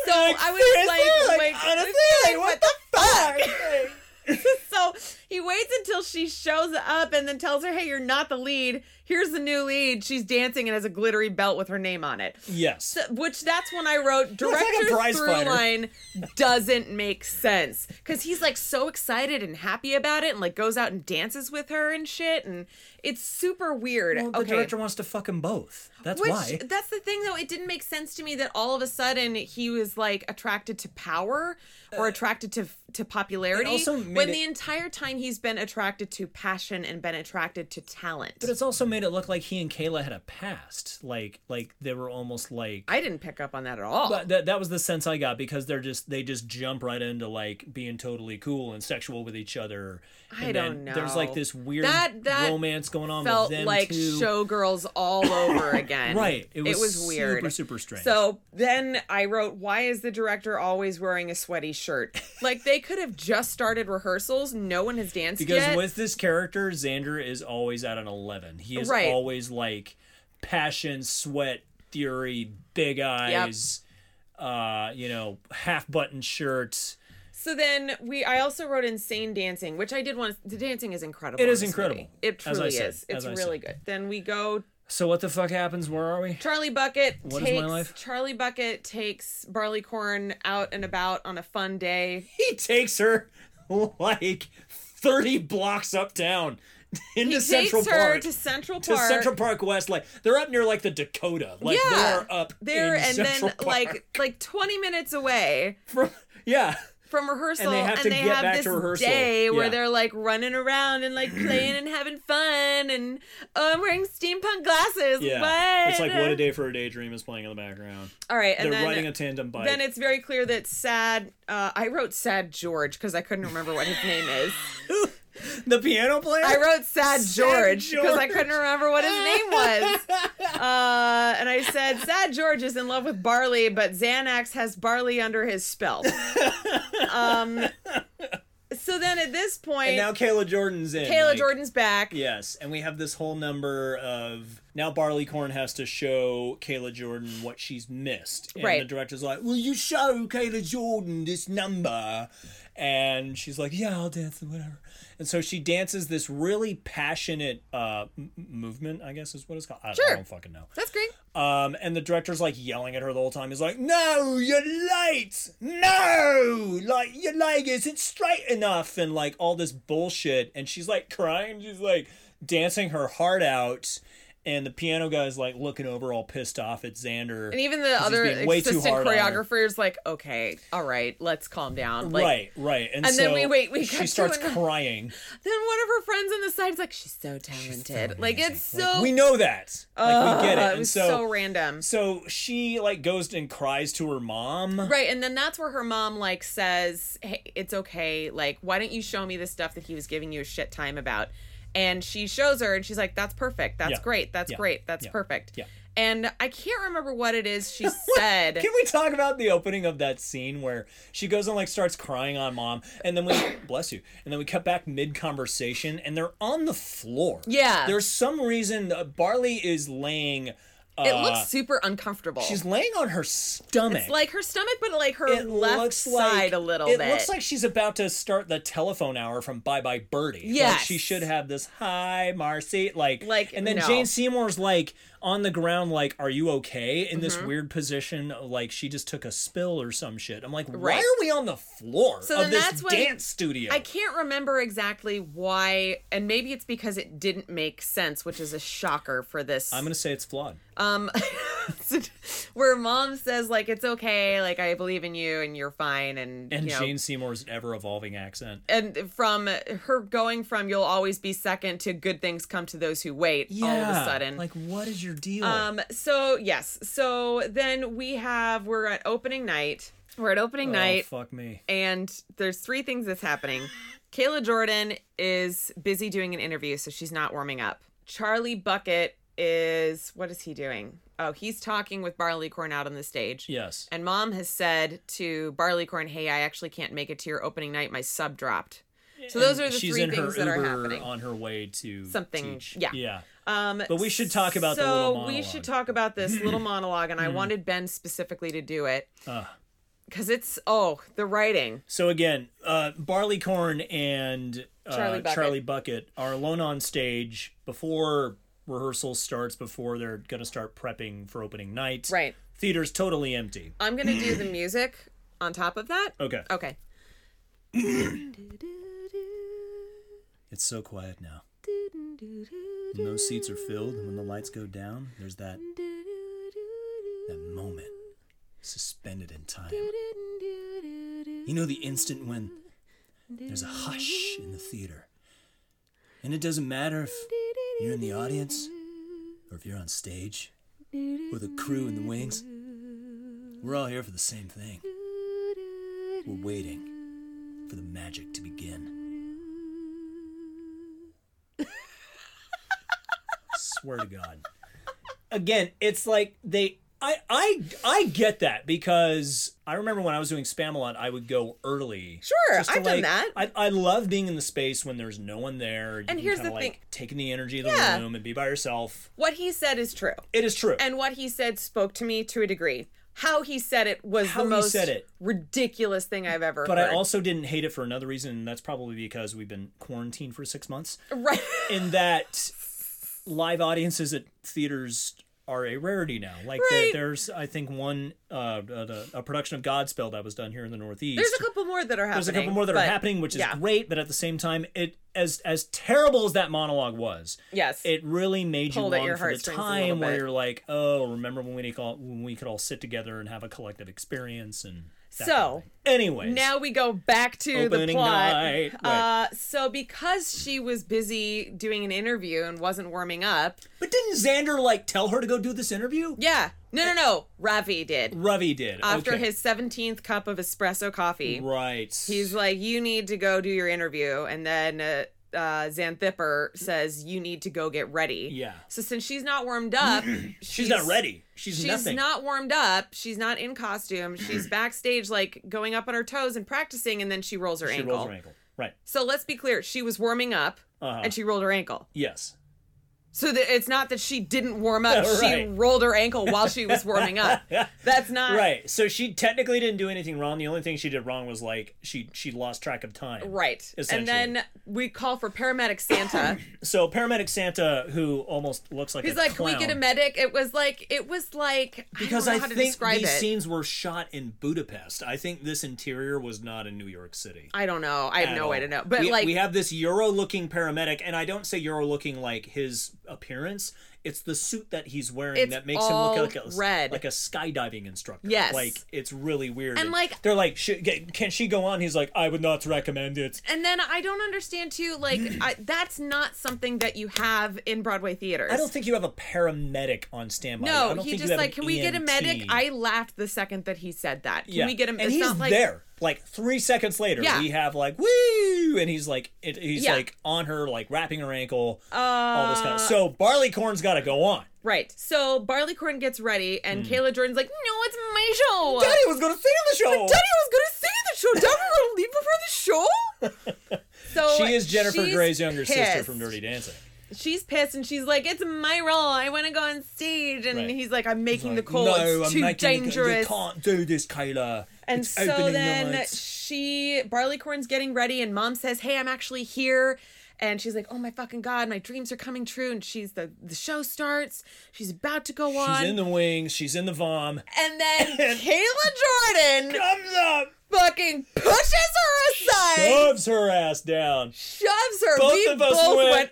B: So I was
A: Seriously?
B: like, like,
A: honestly like, what
B: the
A: the fuck
B: so he waits until she shows up and then tells her, "Hey, you're not the lead. Here's the new lead. She's dancing and has a glittery belt with her name on it."
A: yes
B: Which that's when I
A: like
B: wrote
A: a
B: director's
A: prize
B: through
A: fighter.
B: line doesn't make sense because he's like so excited and happy about it and like goes out and dances with her and shit and it's super weird.
A: well, the
B: okay.
A: director wants to fuck them both that's
B: Which
A: why
B: that's the thing though, it didn't make sense to me that all of a sudden he was like attracted to power or attracted to to popularity
A: Uh, also made
B: when
A: it-
B: the entire time he's been attracted to passion and been attracted to talent.
A: But it's also made it look like he and Kayla had a past. Like like they were almost like
B: I didn't pick up on that at all.
A: But that that was the sense I got because they're just they just jump right into like being totally cool and sexual with each other.
B: I
A: And
B: don't know.
A: There's like this weird
B: That- that
A: romance going on
B: felt
A: with them
B: like
A: too.
B: showgirls all over again.
A: Right. It was
B: weird.
A: super, super strange.
B: So then I wrote, "Why is the director always wearing a sweaty shirt? like they could have just started rehearsals. No one has danced
A: because
B: yet.
A: with this character, Xander is always at an eleven. He is
B: Right.
A: always like passion, sweat, theory, big eyes, uh, you know, half button shirt.
B: so then we, I also wrote insane dancing, which I did want. The dancing is incredible.
A: It
B: in
A: is
B: this
A: incredible,
B: movie. It
A: as I
B: truly
A: said,
B: is. It's
A: as I
B: really
A: said.
B: good. Then we go
A: So what the fuck happens? Where are we?
B: Charlie Bucket
A: What is
B: takes
A: my life?
B: Charlie Bucket takes Barleycorn out and about on a fun day.
A: he takes her like 30 blocks uptown into
B: He
A: Central
B: takes her
A: Park.
B: to Central
A: to
B: Park.
A: Central Park West, like they're up near like the Dakota, like
B: Yeah.
A: they're up
B: there
A: in
B: and
A: Central
B: then
A: Park.
B: like like 20 minutes away
A: From- yeah,
B: from rehearsal
A: And they have to get back
B: this
A: to rehearsal.
B: day where
A: Yeah.
B: they're like running around and like playing and having fun and oh I'm wearing steampunk glasses
A: yeah.
B: what
A: It's like what a day for a daydream is playing in the background.
B: all right
A: They're
B: and then
A: riding a tandem bike.
B: then it's very clear that sad uh, I wrote sad George because I couldn't remember what his name is
A: the piano player.
B: I wrote sad George because I
A: George.
B: couldn't remember what his name was uh, and I said sad George is in love with Barley but Xanax has Barley under his spell um so then at this point
A: and now Kayla Jordan's in.
B: Kayla
A: like-
B: Jordan's back.
A: Yes, and we have this whole number of now Barleycorn has to show Kayla Jordan what she's missed. And
B: Right.
A: the director's like, Will you show Kayla Jordan this number? And she's like, Yeah, I'll dance and whatever. And so she dances this really passionate uh, m- movement, I guess is what it's called. I, I
B: Sure.
A: don't fucking know.
B: That's great.
A: Um, and the director's like yelling at her the whole time. He's like, "No, you're late. No, like your leg isn't straight enough," and like all this bullshit. And she's like crying. She's like dancing her heart out. And the piano guy's like looking over, all pissed off at Xander.
B: And even the
A: 'cause he's
B: other
A: being way too
B: assistant
A: hard on her.
B: choreographer is like, okay, all right, let's calm down. Like,
A: right, right. And,
B: And
A: so
B: then we- wait, we cut
A: she
B: to
A: starts
B: another-
A: crying.
B: Then one of her friends on the side's like, she's so talented. like, it's so.
A: we know that. Like we get it.
B: Ugh,
A: And
B: Uh, was
A: so,
B: so, random.
A: so she like goes and cries to her mom.
B: Right, and then that's where her mom like says, "Hey, it's okay. Like, why don't you show me the stuff that he was giving you a shit time about?" And she shows her, and she's like, "That's perfect. That's
A: Yeah.
B: great. That's
A: Yeah.
B: great. That's
A: Yeah.
B: perfect."
A: Yeah.
B: And I can't remember what it is she said.
A: Can we talk about the opening of that scene where she goes and like starts crying on mom, and then we bless you, and then we cut back mid conversation, and they're on the floor.
B: Yeah.
A: there's some reason uh, Barley is laying. Uh,
B: it looks super uncomfortable.
A: She's laying on her stomach.
B: It's like her stomach, but like her
A: It
B: left
A: looks like-
B: side a little
A: it
B: bit.
A: looks like she's about to start the telephone hour from Bye Bye Birdie. Like
B: Yes.
A: she should have this hi Marcy like
B: Like,
A: and then
B: no.
A: Jane Seymour's like on the ground like are you okay in
B: Mm-hmm.
A: this weird position like she just took a spill or some shit. I'm like why
B: Right.
A: are we on the floor
B: So
A: of
B: then
A: this
B: that's when-
A: dance studio?
B: I can't remember exactly why, and maybe it's because it didn't make sense, which is a shocker for this.
A: I'm going to say it's flawed.
B: um, where mom says like it's okay, like I believe in you and you're fine, and,
A: and
B: you know,
A: Jane Seymour's ever evolving accent.
B: and from her going from you'll always be second to good things come to those who wait. all of a sudden,
A: Like what is your deal?
B: Um. So yes. So then we have we're at opening night. We're at opening
A: oh,
B: night,
A: fuck me.
B: and there's three things that's happening. Kayla Jordan is busy doing an interview, so she's not warming up. Charlie Bucket is what is he doing? Oh, he's talking with Barleycorn out on the stage.
A: Yes.
B: And mom has said to Barleycorn, "Hey, I actually can't make it to your opening night. My sub dropped." So those
A: And
B: are the
A: she's
B: three
A: in her
B: things that are
A: Uber
B: happening.
A: on her way to
B: Something-
A: teach.
B: yeah.
A: yeah.
B: Um,
A: But we should talk about the
B: so
A: little
B: we
A: monologue. Hmm.
B: should talk about this little monologue, and I wanted Ben specifically to do it
A: Ah.
B: because it's oh the writing.
A: So again, uh, Barleycorn and uh, Charlie,
B: Charlie
A: Bucket.
B: Bucket.
A: are alone on stage before rehearsal starts, before they're going to start prepping for opening night.
B: Right.
A: Theater's totally empty.
B: I'm gonna do the music on top of that.
A: Okay.
B: Okay.
A: It's so quiet now. When those seats are filled, when the lights go down, there's that that moment suspended in time. You know the instant when There's a hush in the theater. And it doesn't matter if you're in the audience or if you're on stage or the crew in the wings. We're all here for the same thing. We're waiting for the magic to begin. Swear to God. Again, it's like they. I, I I get that because I remember when I was doing Spamalot, I would go early.
B: Sure,
A: just to,
B: I've done
A: like-
B: that.
A: I, I love being in the space when there's no one there. You
B: And
A: can
B: here's
A: kinda,
B: the
A: like,
B: thing.
A: taking the energy of the
B: Yeah.
A: room and be by yourself.
B: What he said is true.
A: It is true.
B: And what he said spoke to me to a degree. How he said it was
A: How
B: the
A: he
B: most
A: said it.
B: ridiculous thing I've ever
A: but
B: heard.
A: I also didn't hate it for another reason, and that's probably because we've been quarantined for six months.
B: Right.
A: In that live audiences at theaters are a rarity now. Like
B: Right.
A: there, there's, I think, one uh, uh, a production of Godspell that was done here in the Northeast.
B: There's a couple more that are happening.
A: There's a couple more that
B: but-
A: are happening, which is
B: yeah.
A: great. But at the same time, it as as terrible as that monologue was,
B: Yes.
A: it really made you
B: Pulled at
A: long
B: your
A: for the
B: heartstrings a little
A: time where
B: bit.
A: you're like, oh, remember when we could all when we could all sit together and have a collective experience and that
B: So,
A: kind of thing. anyways,
B: now we go back to the
A: Opening
B: plot.
A: night,
B: Uh,
A: right.
B: so because she was busy doing an interview and wasn't warming up,
A: but didn't Xander like tell her to go do this interview?
B: yeah, no, no, no, Ravi did
A: Ravi did
B: after
A: okay.
B: his seventeenth cup of espresso coffee.
A: right.
B: He's like, "You need to go do your interview," and then uh, uh, Xanthipper says, "You need to go get ready."
A: Yeah.
B: So since she's not warmed up, she's,
A: she's not ready. She's,
B: She's
A: nothing.
B: not warmed up. She's not in costume. She's backstage, like going up on her toes and practicing, and then she rolls her
A: she
B: ankle.
A: rolls her ankle. Right.
B: So let's be clear. She was warming up
A: Uh-huh.
B: and she rolled her ankle.
A: Yes.
B: So that it's not that she didn't warm up. She
A: Right.
B: rolled her ankle while she was warming up. That's not
A: Right. So she technically didn't do anything wrong. The only thing she did wrong was like she she lost track of time.
B: Right. And
A: Essentially.
B: then we call for paramedic Santa.
A: So paramedic Santa, who almost looks like
B: He's
A: a
B: like,
A: clown,
B: Can we get a medic? It was like it was like
A: because
B: I
A: I,
B: don't know how to
A: think
B: describe
A: these
B: it.
A: scenes were shot in Budapest. I think this interior was not in New York City.
B: I don't know. I have
A: at
B: no
A: all.
B: way to know. But
A: we,
B: like
A: we have this Euro-looking paramedic, and I don't say Euro-looking like his appearance. It's the suit that he's wearing
B: It's
A: that makes
B: all
A: him look like a,
B: red.
A: like a skydiving instructor.
B: Yes.
A: like it's really weird.
B: And, like-
A: they're like, "Sh- g- can she go on? He's like, I would not recommend it.
B: and then I don't understand too, like
A: Mm.
B: I, that's not something that you have in Broadway theaters.
A: I don't think you have a paramedic on standby. I
B: no,
A: don't
B: he
A: think you
B: just
A: have
B: like,
A: an
B: can we get a medic?
A: EMT."
B: I laughed the second that he said that. Can
A: Yeah.
B: we get him?
A: And
B: it's
A: he's
B: not like,
A: there. Like three seconds later,
B: Yeah.
A: we have like woo, and he's like, it, he's
B: Yeah. Uh,
A: like on her, like wrapping her ankle, all this kind of. So Barleycorn's got to go on.
B: Right. So Barleycorn gets ready, and Kayla Jordan's like, "No, it's my show.
A: Mm. Daddy was going to see the show.
B: was gonna sing the show. Daddy gonna leave before the show." so
A: she is Jennifer
B: she's
A: Grey's younger sister
B: pissed.
A: from Dirty Dancing.
B: She's pissed, and she's like, "It's my role. I want to go on stage." And
A: Right.
B: he's like, "I'm making the
A: Like,
B: call.
A: no,
B: it's
A: I'm making
B: too
A: the-
B: dangerous."
A: You can't do this, Kayla.
B: And
A: it's
B: so
A: opening
B: then
A: night.
B: she Barleycorn's getting ready, and Mom says, "Hey, I'm actually here." And she's like, "Oh my fucking god, my dreams are coming true." And she's the the show starts. She's about to go on,
A: she's in the wings. She's in the vom.
B: and then Kayla Jordan
A: Comes up,
B: fucking pushes her aside,
A: shoves her ass down.
B: shoves her.
A: both
B: we
A: of us
B: both
A: went,
B: went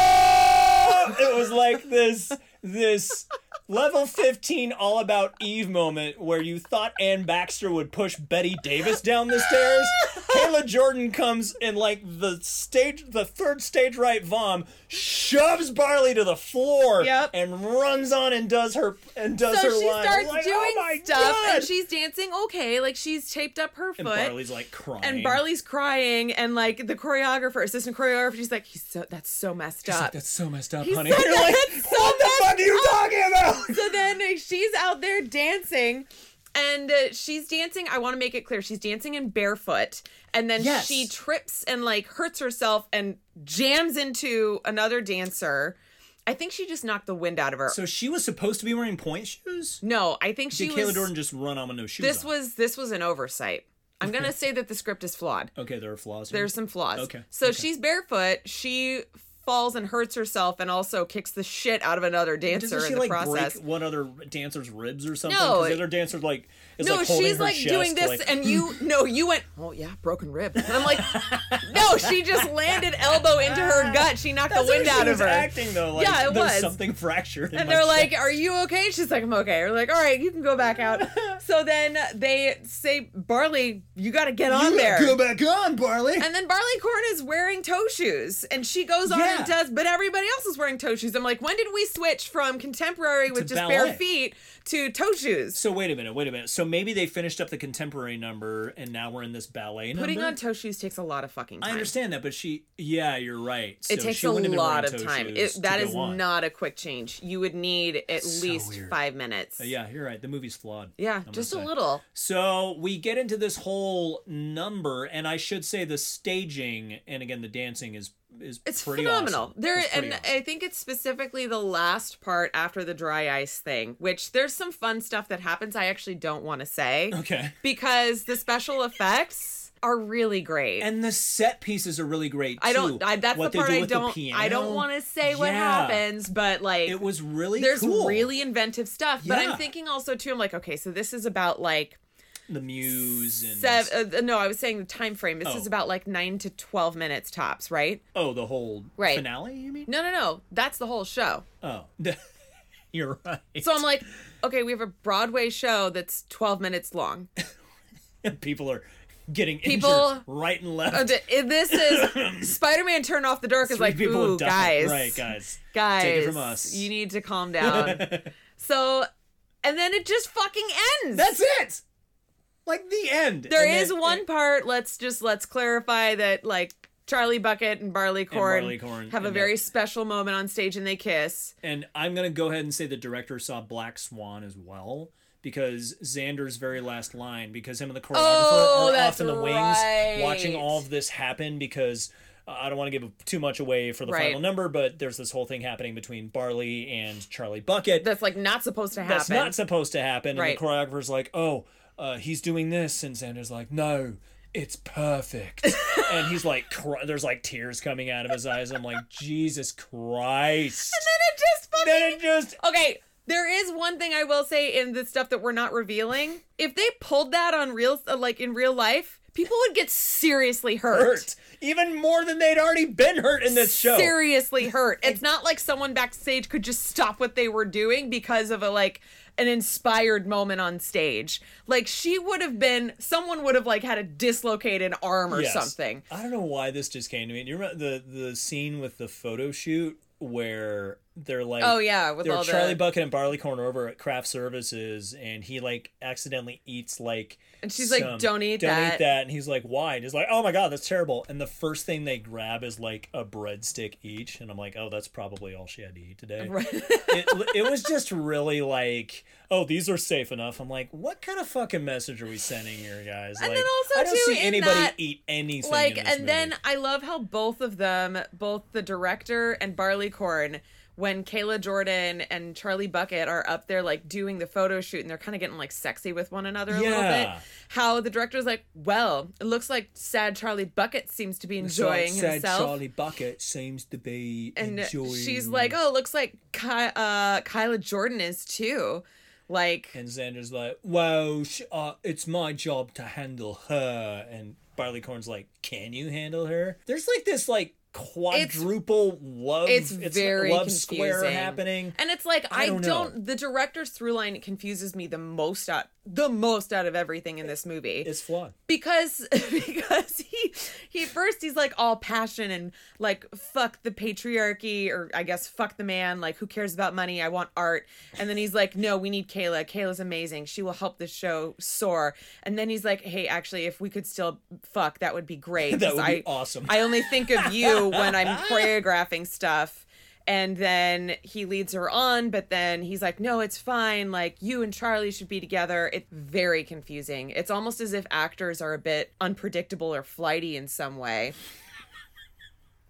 A: oh it was like this this level 15 all about eve moment where you thought ann baxter would push betty davis down the stairs kayla jordan comes in like the stage the third stage right vom shoves barley to the floor
B: Yep.
A: and runs on and does her and does
B: So
A: her
B: she
A: line.
B: starts
A: Like,
B: doing
A: oh my
B: stuff,
A: God.
B: and she's dancing okay. Like she's taped up her
A: And
B: foot.
A: barley's like crying
B: and Barley's crying, and like the choreographer, assistant choreographer, she's like, "He's so that's so messed
A: She's like,
B: up."
A: that's so messed up
B: He
A: honey
B: said
A: You're like,
B: that's so Oh.
A: what the fuck are you talking about
B: so then she's out there dancing and uh, she's dancing i want to make it clear she's dancing in barefoot and then
A: Yes.
B: she trips and like hurts herself and jams into another dancer i think she just knocked the wind out of her
A: So she was supposed to be wearing point shoes?
B: no i think she
A: Did Kayla
B: was
A: Jordan just run on with no shoes?
B: this
A: on?
B: was this was an oversight i'm gonna say that the script is flawed
A: okay. There are flaws. in it.
B: there's some flaws
A: Okay,
B: so she's barefoot she falls and hurts herself and also kicks the shit out of another dancer
A: Doesn't
B: in
A: she
B: the
A: like
B: process.
A: break one other dancer's ribs or something?
B: No,
A: 'Cause
B: it-
A: the other dancer's like is
B: no,
A: like holding
B: she's
A: her
B: like
A: chest,
B: doing this,
A: like,
B: and you no, you went. Oh yeah, broken rib. And I'm like, no, she just landed elbow into her gut. She knocked
A: Ah, That's
B: the wind
A: how she
B: out of
A: was
B: her.
A: Acting though, like
B: Yeah, it
A: there's
B: was.
A: something fractured. in
B: And
A: my
B: they're like,
A: chest.
B: "Are you okay?" She's like, "I'm okay." We're like, "All right, you can go back out." so then they say, "Barley, you got to get on there."
A: Go back on, Barley.
B: And then Barleycorn is wearing toe shoes, and she goes on and
A: Yeah.
B: does, but everybody else is wearing toe shoes. I'm like, when did we switch from contemporary with
A: To
B: just bare
A: ballet.
B: feet to toe shoes?
A: so wait a minute, wait a minute. So maybe they finished up the contemporary number, and now we're in this ballet number.
B: Putting on toe shoes takes a lot of fucking time.
A: I understand that, but she, yeah, you're right. So
B: It takes
A: she
B: a
A: wouldn't have been
B: lot
A: wearing
B: of
A: toe
B: time.
A: shoes
B: It,
A: to
B: that is
A: go on.
B: not a quick change. You would need at
A: so
B: least
A: weird. Uh,
B: five minutes.
A: Yeah, you're right. The movie's flawed.
B: Yeah,
A: I'm gonna
B: just a
A: say.
B: little.
A: So we get into this whole number, and I should say the staging, and again the dancing is is
B: It's
A: pretty
B: phenomenal.
A: Awesome.
B: There
A: It's pretty
B: and
A: awesome.
B: I think it's specifically the last part after the dry ice thing, which there's some fun stuff that happens I actually don't want to say
A: okay.
B: because the special effects are really great.
A: And the set pieces are really great.
B: I don't
A: too.
B: I, that's
A: what they
B: the part
A: do
B: I
A: with
B: don't
A: The
B: I don't
A: piano.
B: want to say what
A: Yeah.
B: happens, but like
A: It was really
B: there's
A: cool.
B: really inventive stuff, but
A: Yeah.
B: I'm thinking also too. I'm like, okay, so this is about like
A: the muse and
B: Seven, uh, no, I was saying the time frame. This
A: Oh.
B: is about like nine to twelve minutes tops, right?
A: oh the whole
B: Right.
A: finale. You mean?
B: No, no, no. That's the whole show.
A: Oh, you're right.
B: So I'm like, okay, we have a Broadway show that's twelve minutes long.
A: people are getting
B: People-
A: injured right and
B: Oh,
A: left.
B: th- This is Spider-Man: Turn Off the Dark is
A: Three
B: like,
A: people have
B: ooh,
A: died.
B: guys,
A: right, guys.
B: guys,
A: Take it from us.
B: you need to calm down. so, and then it just fucking ends.
A: That's it. Like the end.
B: There
A: And
B: is
A: then-
B: one part. Let's just let's clarify that like Charlie Bucket and Barley Corn
A: Barleycorn
B: have a
A: and
B: very
A: that-
B: special moment on stage and they kiss.
A: And I'm gonna go ahead and say the director saw Black Swan as well because Xander's very last line because him and the choreographer
B: Oh,
A: are off
B: that's
A: in the wings
B: right.
A: watching all of this happen because. uh, I don't want to give too much away for the
B: Right.
A: final number, but there's this whole thing happening between Barley and Charlie Bucket.
B: That's like not supposed to happen.
A: That's not supposed to happen.
B: Right.
A: And the choreographer's like, oh, uh, he's doing this. And Xander's like, no, it's perfect. and he's like, cr- there's like tears coming out of his eyes. I'm like, Jesus Christ.
B: And then it just fucking
A: Then it just.
B: Okay, there is one thing I will say in the stuff that we're not revealing. If they pulled that on real, uh, like in real life, people would get seriously hurt.
A: Hurt even more than they'd already been hurt in this show.
B: Seriously hurt. It's not like someone backstage could just stop what they were doing because of a like an inspired moment on stage. Like she would have been, someone would have like had a dislocated arm or
A: Yes.
B: something.
A: I don't know why this just came to me. Do you remember the the scene with the photo shoot where they're like,
B: Oh, yeah, with
A: they're
B: all the-
A: Charlie Bucket and Barleycorn are over at Craft Services, and he like accidentally eats like,
B: And she's like, "Don't eat
A: don't
B: that."
A: eat that," and he's like, "Why?" And he's like, "Oh my god, that's terrible." And the first thing they grab is like a breadstick each, and I'm like, "Oh, that's probably all she had to eat today." it, it was just really like, oh, these are safe enough. I'm like, what kind of fucking message are we sending here, guys?
B: And
A: like,
B: then also,
A: I don't
B: too,
A: see
B: in
A: anybody
B: that-
A: eat anything.
B: like
A: in
B: and
A: this
B: then
A: movie.
B: i love how both of them both the director and barleycorn when kayla jordan and charlie bucket are up there like doing the photo shoot and they're kind of getting like sexy with one another a little bit
A: Yeah.
B: how the director's like well it looks like sad charlie bucket seems to be enjoying himself
A: Bucket seems to be
B: and she's like oh it looks like Ky- uh, kyla jordan is too like
A: and Xander's like, well, sh- uh, it's my job to handle her, and Barleycorn's like, can you handle her? There's like this like quadruple love.
B: it's, very
A: love
B: confusing.
A: square happening.
B: and it's like
A: I
B: i,
A: don't
B: don't,
A: know.
B: the director's through line confuses me the most out the most out of everything in this movie
A: It's flawed.
B: because because he he first he's like all passion and like fuck the patriarchy or I guess fuck the man like who cares about money I want art and then he's like no we need Kayla Kayla's amazing she will help the show soar and then he's like hey actually if we could still fuck that would be great
A: That
B: 'cause
A: would
B: I,
A: be awesome.
B: I only think of you when I'm choreographing stuff. And then he leads her on, but then he's like, no, it's fine. Like, you and Charlie should be together. It's very confusing. It's almost as if actors are a bit unpredictable or flighty in some way.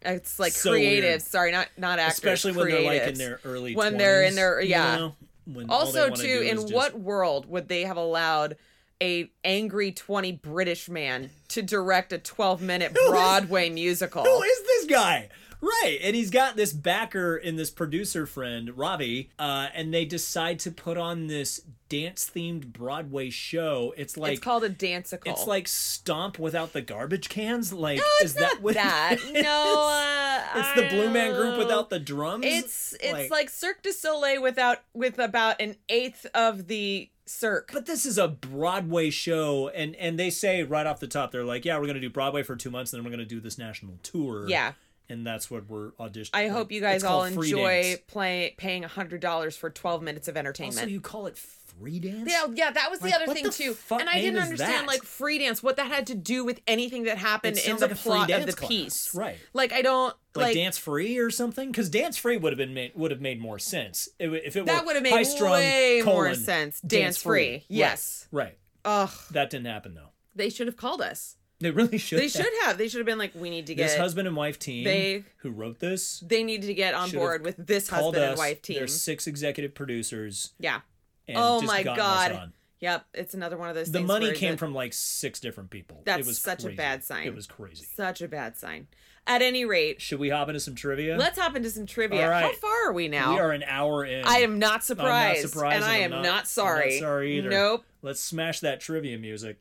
B: It's like
A: So
B: creative.
A: weird.
B: Sorry, not not actors.
A: especially when they're like in
B: creatives.
A: their early
B: when they're in
A: 20s,
B: their
A: you
B: yeah.
A: know? When all they
B: Also,
A: wanna
B: too,
A: do
B: in
A: is just-
B: what world would they have allowed a angry twenty British man to direct a twelve minute Broadway musical?
A: who is this guy? Right, and he's got this backer and this producer friend, Ravi, uh, and they decide to put on this dance themed Broadway show. It's like
B: it's called a danceicle.
A: it's like stomp without the garbage cans. Like, is
B: Not
A: that what
B: that.
A: it
B: No,
A: is?
B: uh,
A: It's the Blue Man Group
B: without.
A: without the drums.
B: It's it's like, Cirque du Soleil without with about an eighth of the Cirque.
A: but this is a Broadway show, and and they say right off the top, they're like, yeah, we're gonna do Broadway for two months, and then we're gonna do this national tour.
B: Yeah.
A: and that's what we're auditioning.
B: I hope you guys
A: It's
B: all
A: called Free
B: enjoy
A: Dance.
B: play, paying hundred dollars for twelve minutes of
A: Also,
B: entertainment.
A: you call it free dance?
B: yeah, yeah, that was
A: Like,
B: the other
A: what
B: thing
A: the
B: too,
A: fuck
B: and I
A: name
B: didn't
A: is
B: understand
A: that?
B: like free dance, what that had to do with anything that happened
A: It
B: in
A: sounds
B: the
A: like a free
B: plot of
A: dance
B: the
A: class,
B: piece.
A: right.
B: Like I don't
A: Like,
B: like,
A: dance free or something? Because dance free would have been made, would have made more sense It w- if it
B: That
A: were
B: would have made
A: high-strung,
B: way more
A: colon,
B: sense. Dance free,
A: Right,
B: yes.
A: right.
B: Ugh,
A: That didn't happen though.
B: they should have called us.
A: They really should.
B: They should have. They should have been like, we need to get.
A: This husband and wife team
B: They-
A: who wrote this
B: they need to get on
A: should have
B: board with this
A: called
B: husband and
A: us.
B: wife team.
A: There's six executive producers.
B: Yeah.
A: And
B: oh
A: just
B: my
A: gotten
B: god.
A: Us on.
B: Yep, it's another one of those.
A: The
B: things
A: money
B: where
A: came
B: the-
A: from like six different people.
B: That's
A: it was
B: such a
A: crazy.
B: bad sign.
A: It was crazy.
B: such a bad sign. At any rate,
A: Should we hop into some trivia?
B: let's hop into some trivia.
A: All right.
B: How far are we now?
A: We are an hour in.
B: I am not surprised,
A: I'm not surprised,
B: and I
A: I'm
B: am
A: not-
B: not,
A: I'm not
B: sorry.
A: sorry either.
B: Nope.
A: Let's smash that trivia music.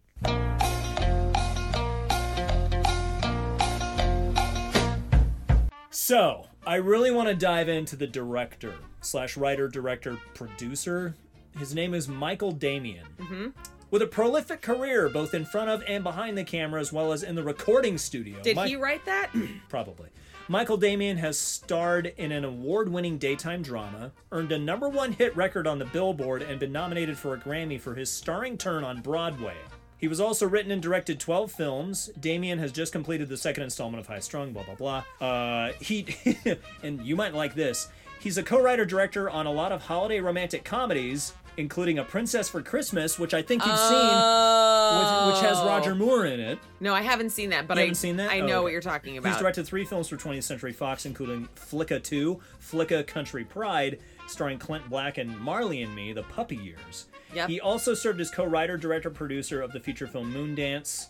A: So, I really want to dive into the director slash writer, director, producer. His name is Michael Damian. Mm-hmm. With a prolific career both in front of and behind the camera, as well as in the recording studio.
B: Did
A: Mi-
B: he write that?
A: Probably. Michael Damian has starred in an award winning daytime drama, earned a number one hit record on the Billboard, and been nominated for a Grammy for his starring turn on Broadway. He was also written and directed 12 films. Damian has just completed the second installment of High Strung, blah, blah, blah. Uh, he, and you might like this, he's a co writer director on a lot of holiday romantic comedies, including A Princess for Christmas, which I think you've seen, which, which has Roger Moore in it.
B: no, I haven't seen that, but
A: You
B: I
A: haven't seen that?
B: I
A: Oh,
B: know what
A: okay.
B: you're talking
A: He's
B: about.
A: directed three films for 20th Century Fox, including Flicka 2, Flicka Country Pride, starring Clint Black and Marley and Me, The Puppy Years.
B: Yep.
A: He also served as co writer, director, producer of the feature film Moondance,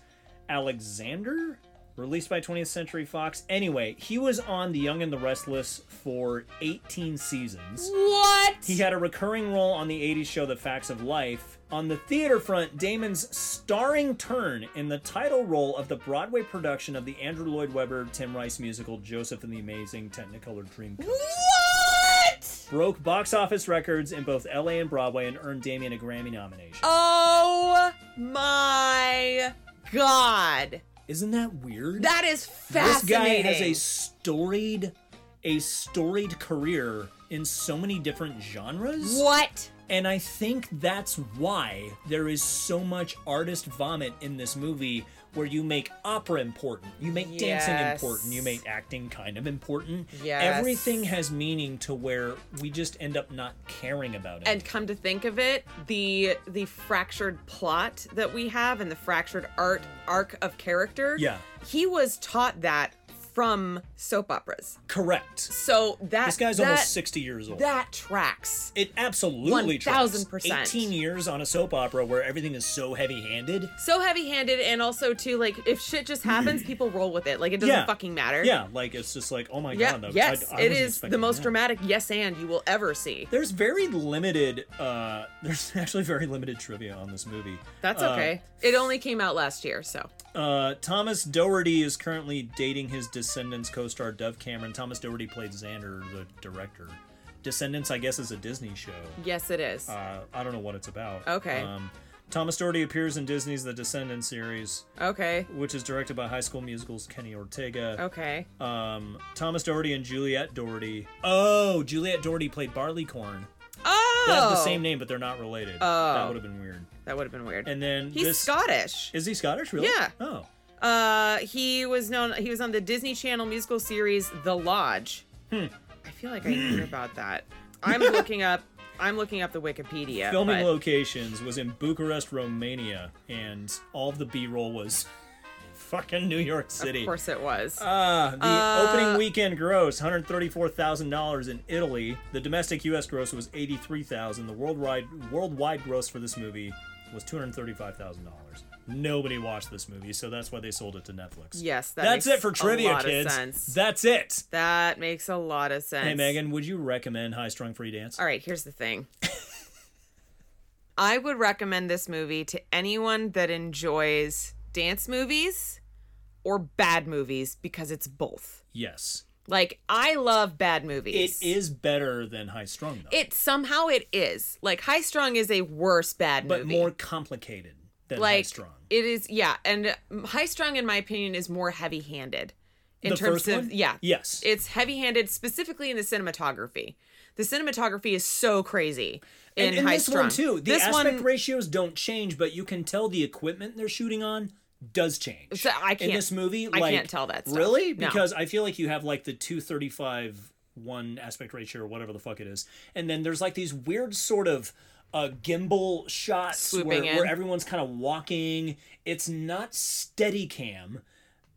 A: Alexander, released by 20th Century Fox. Anyway, he was on The Young and the Restless for 18 seasons.
B: what?
A: He had a recurring role on the 80s show The Facts of Life. On the theater front, Damon's starring turn in the title role of the Broadway production of the Andrew Lloyd Webber Tim Rice musical Joseph and the Amazing Technicolor Dreamcoat
B: what?
A: broke box office records in both LA and Broadway and earned Damien a Grammy nomination.
B: Oh my god!
A: Isn't that weird?
B: That is
A: this guy
B: fascinating.
A: has a storied a storied career in so many different genres.
B: what?
A: And I think that's why there is so much artist vomit in this movie where you make opera important, you make dancing
B: Yes.
A: important, you make acting kind of important.
B: Yes.
A: Everything has meaning to where we just end up not caring about it.
B: and come to think of it the the fractured plot that we have and the fractured art arc of character
A: Yeah.
B: he was taught that from soap operas
A: Correct.
B: so that
A: This guy's
B: that,
A: almost 60 years old.
B: that tracks
A: it absolutely tracks.
B: 1000%.
A: 18 years on a soap opera where everything is so heavy-handed.
B: so heavy-handed and also too like if shit just happens people roll with it like it doesn't
A: Yeah.
B: fucking matter
A: Yeah, like it's just like, oh my
B: yeah
A: god. I-
B: yes
A: I
B: it
A: wasn't
B: is the
A: expecting
B: most
A: that.
B: dramatic yes and you will ever see
A: There's very limited. Uh, there's actually very limited trivia on this movie.
B: that's
A: Uh,
B: okay it only came out last year so
A: Uh, Thomas Doherty is currently dating his Descendants co-star Dove Cameron. Thomas Doherty played Xander, the director. Descendants, I guess, is a Disney show.
B: yes it is
A: Uh, I don't know what it's about.
B: Okay.
A: Um, Thomas Doherty appears in Disney's The Descendants series,
B: okay
A: which is directed by High School Musical's Kenny Ortega.
B: okay
A: Um, Thomas Doherty and Juliet Doherty. Oh, Juliet Doherty played Barleycorn.
B: oh
A: They have the same name, but they're not related.
B: Oh.
A: That would have been weird.
B: that would have been weird
A: And then
B: He's
A: this
B: Scottish.
A: is he Scottish, really?
B: Yeah.
A: Oh,
B: Uh, he was known. He was on the Disney Channel musical series The Lodge.
A: Hmm.
B: I feel like I hear about that. I'm looking up. I'm looking up the Wikipedia.
A: filming
B: but-
A: locations was in Bucharest, Romania, and all the B-roll was fucking New York City.
B: Of course, it was.
A: Ah, the
B: Uh,
A: opening weekend gross hundred thirty-four thousand dollars in Italy. The domestic U.S. gross was eighty-three thousand. The worldwide worldwide gross for this movie was two hundred thirty-five thousand dollars. Nobody watched this movie, so that's why they sold it to Netflix.
B: Yes, that
A: that's
B: makes
A: it for
B: a
A: trivia,
B: lot of
A: kids.
B: sense.
A: That's it.
B: That makes a lot of sense.
A: Hey, Megan, would you recommend High Strung Free Dance?
B: All right, here's the thing. I would recommend this movie to anyone that enjoys dance movies or bad movies because it's both.
A: Yes.
B: Like I love bad
A: It
B: movies.
A: is better than High Strung, though,
B: It somehow it is. Like High Strung is a worse bad
A: but
B: movie.
A: more complicated than High
B: like
A: Strung.
B: it is yeah, and um, High Strung in my opinion is more heavy-handed in
A: The
B: terms
A: first
B: of
A: one?
B: yeah.
A: Yes.
B: It's heavy-handed specifically in the cinematography. The cinematography is so crazy in
A: and in
B: High
A: this
B: Strung
A: one too, the
B: this
A: aspect
B: one
A: ratios don't change, but you can tell the equipment they're shooting on does change.
B: So I can't-
A: in this movie.
B: I
A: like,
B: can't tell that stuff.
A: Really?
B: No.
A: Because I feel like you have like the two thirty five one aspect ratio or whatever the fuck it is, and then there's like these weird sort of. Uh, gimbal shots
B: Swooping
A: where,
B: in.
A: where everyone's kind of walking. It's not steady cam.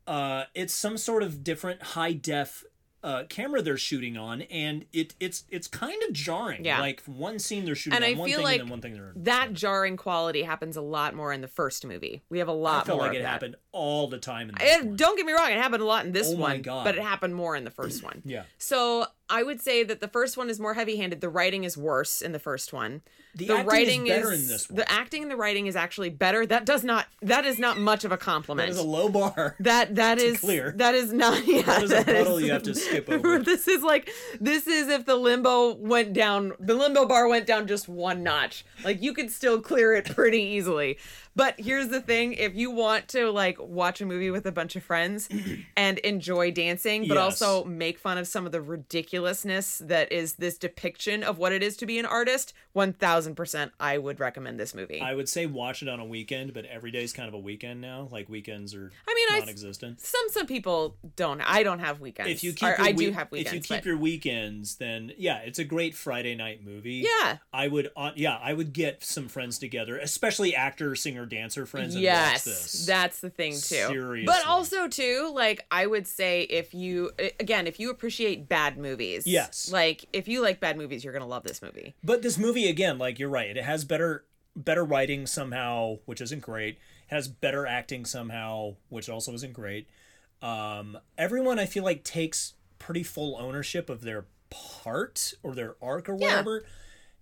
A: Uh, it's some sort of different high def uh, camera they're shooting on, and it it's it's kind of jarring.
B: Yeah.
A: Like one scene they're shooting
B: And
A: on
B: I
A: one
B: feel
A: thing
B: like
A: and then one thing they're
B: that jarring quality happens a lot more in the first movie. We have a lot
A: I felt
B: more
A: like
B: of
A: it
B: that.
A: happened all the time in this
B: It,
A: one.
B: don't get me wrong, it happened a lot in this
A: Oh
B: one,
A: my God.
B: but it happened more in the first one.
A: Yeah.
B: So I would say that the first one is more heavy-handed. The writing is worse in the first one.
A: The acting is better in this one.
B: The acting and the writing is actually better. That does not. That is not much of a compliment.
A: That is a low bar.
B: That that is
A: clear.
B: That is not. Yeah,
A: That is a puddle you have to skip over.
B: This is like this is if the limbo went down, the limbo bar went down just one notch. Like you could still clear it pretty easily. But here's the thing: if you want to like watch a movie with a bunch of friends and enjoy dancing, but
A: Yes.
B: also make fun of some of the ridiculousness that is this depiction of what it is to be an artist, one thousand percent, I would recommend this movie.
A: I would say watch it on a weekend, but every day is kind of a weekend now. Like weekends are
B: I mean, I-
A: non-existent.
B: some some people don't. I don't have weekends.
A: if you keep
B: Or
A: your
B: I
A: week-
B: do have weekends.
A: if you keep
B: but-
A: your weekends, then yeah, it's a great Friday night movie.
B: Yeah.
A: I would on yeah, I would get some friends together, especially actor, singer, dancer friends. And watch
B: yes
A: this.
B: that's the thing too
A: Seriously.
B: but also too like i would say if you a- again if you appreciate bad movies
A: Yes.
B: like if you like bad movies you're gonna love this movie
A: But this movie again, like you're right, it has better better writing somehow, which isn't great. It has better acting somehow, which also isn't great. Um, everyone I feel like takes pretty full ownership of their part or their arc or whatever.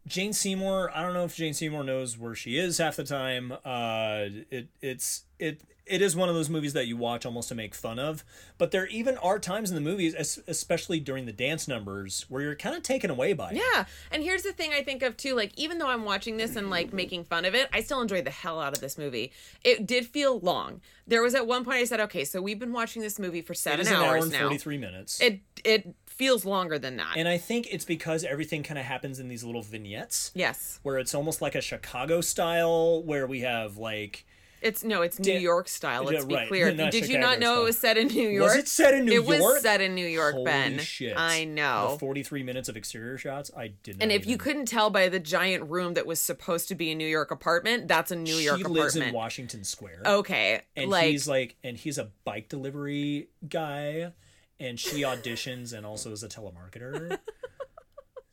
A: Jane Seymour, I don't know if Jane Seymour knows where she is half the time. Uh, it it's it it is one of those movies that you watch almost to make fun of. But there even are times in the movies, es- especially during the dance numbers, where you're kind of taken away by it.
B: yeah and here's the thing i think of too like even though i'm watching this and like making fun of it i still enjoyed the hell out of this movie it did feel long there was at one point i said okay so we've been watching this movie for seven
A: It is an hour
B: hours
A: and
B: now
A: 43 minutes.
B: it it feels longer than that
A: and I think it's because everything kind of happens in these little vignettes
B: yes
A: where it's almost like a Chicago style where we have like
B: It's no, it's New
A: Di-
B: York style. Let's
A: Yeah,
B: be
A: right.
B: clear.
A: Not
B: Did you
A: Chicago
B: not know
A: style.
B: it was set in New York?
A: was it set in New
B: It
A: York?
B: was set in New York,
A: Holy
B: Ben.
A: shit.
B: I know.
A: The 43 minutes of exterior shots, I didn't
B: and if you couldn't tell by the giant room that was supposed to be a New York apartment, that's a New
A: she
B: York
A: lives in
B: apartment. Oh,
A: Washington Square.
B: okay,
A: and
B: like
A: he's like and he's a bike delivery guy and she auditions and also is a telemarketer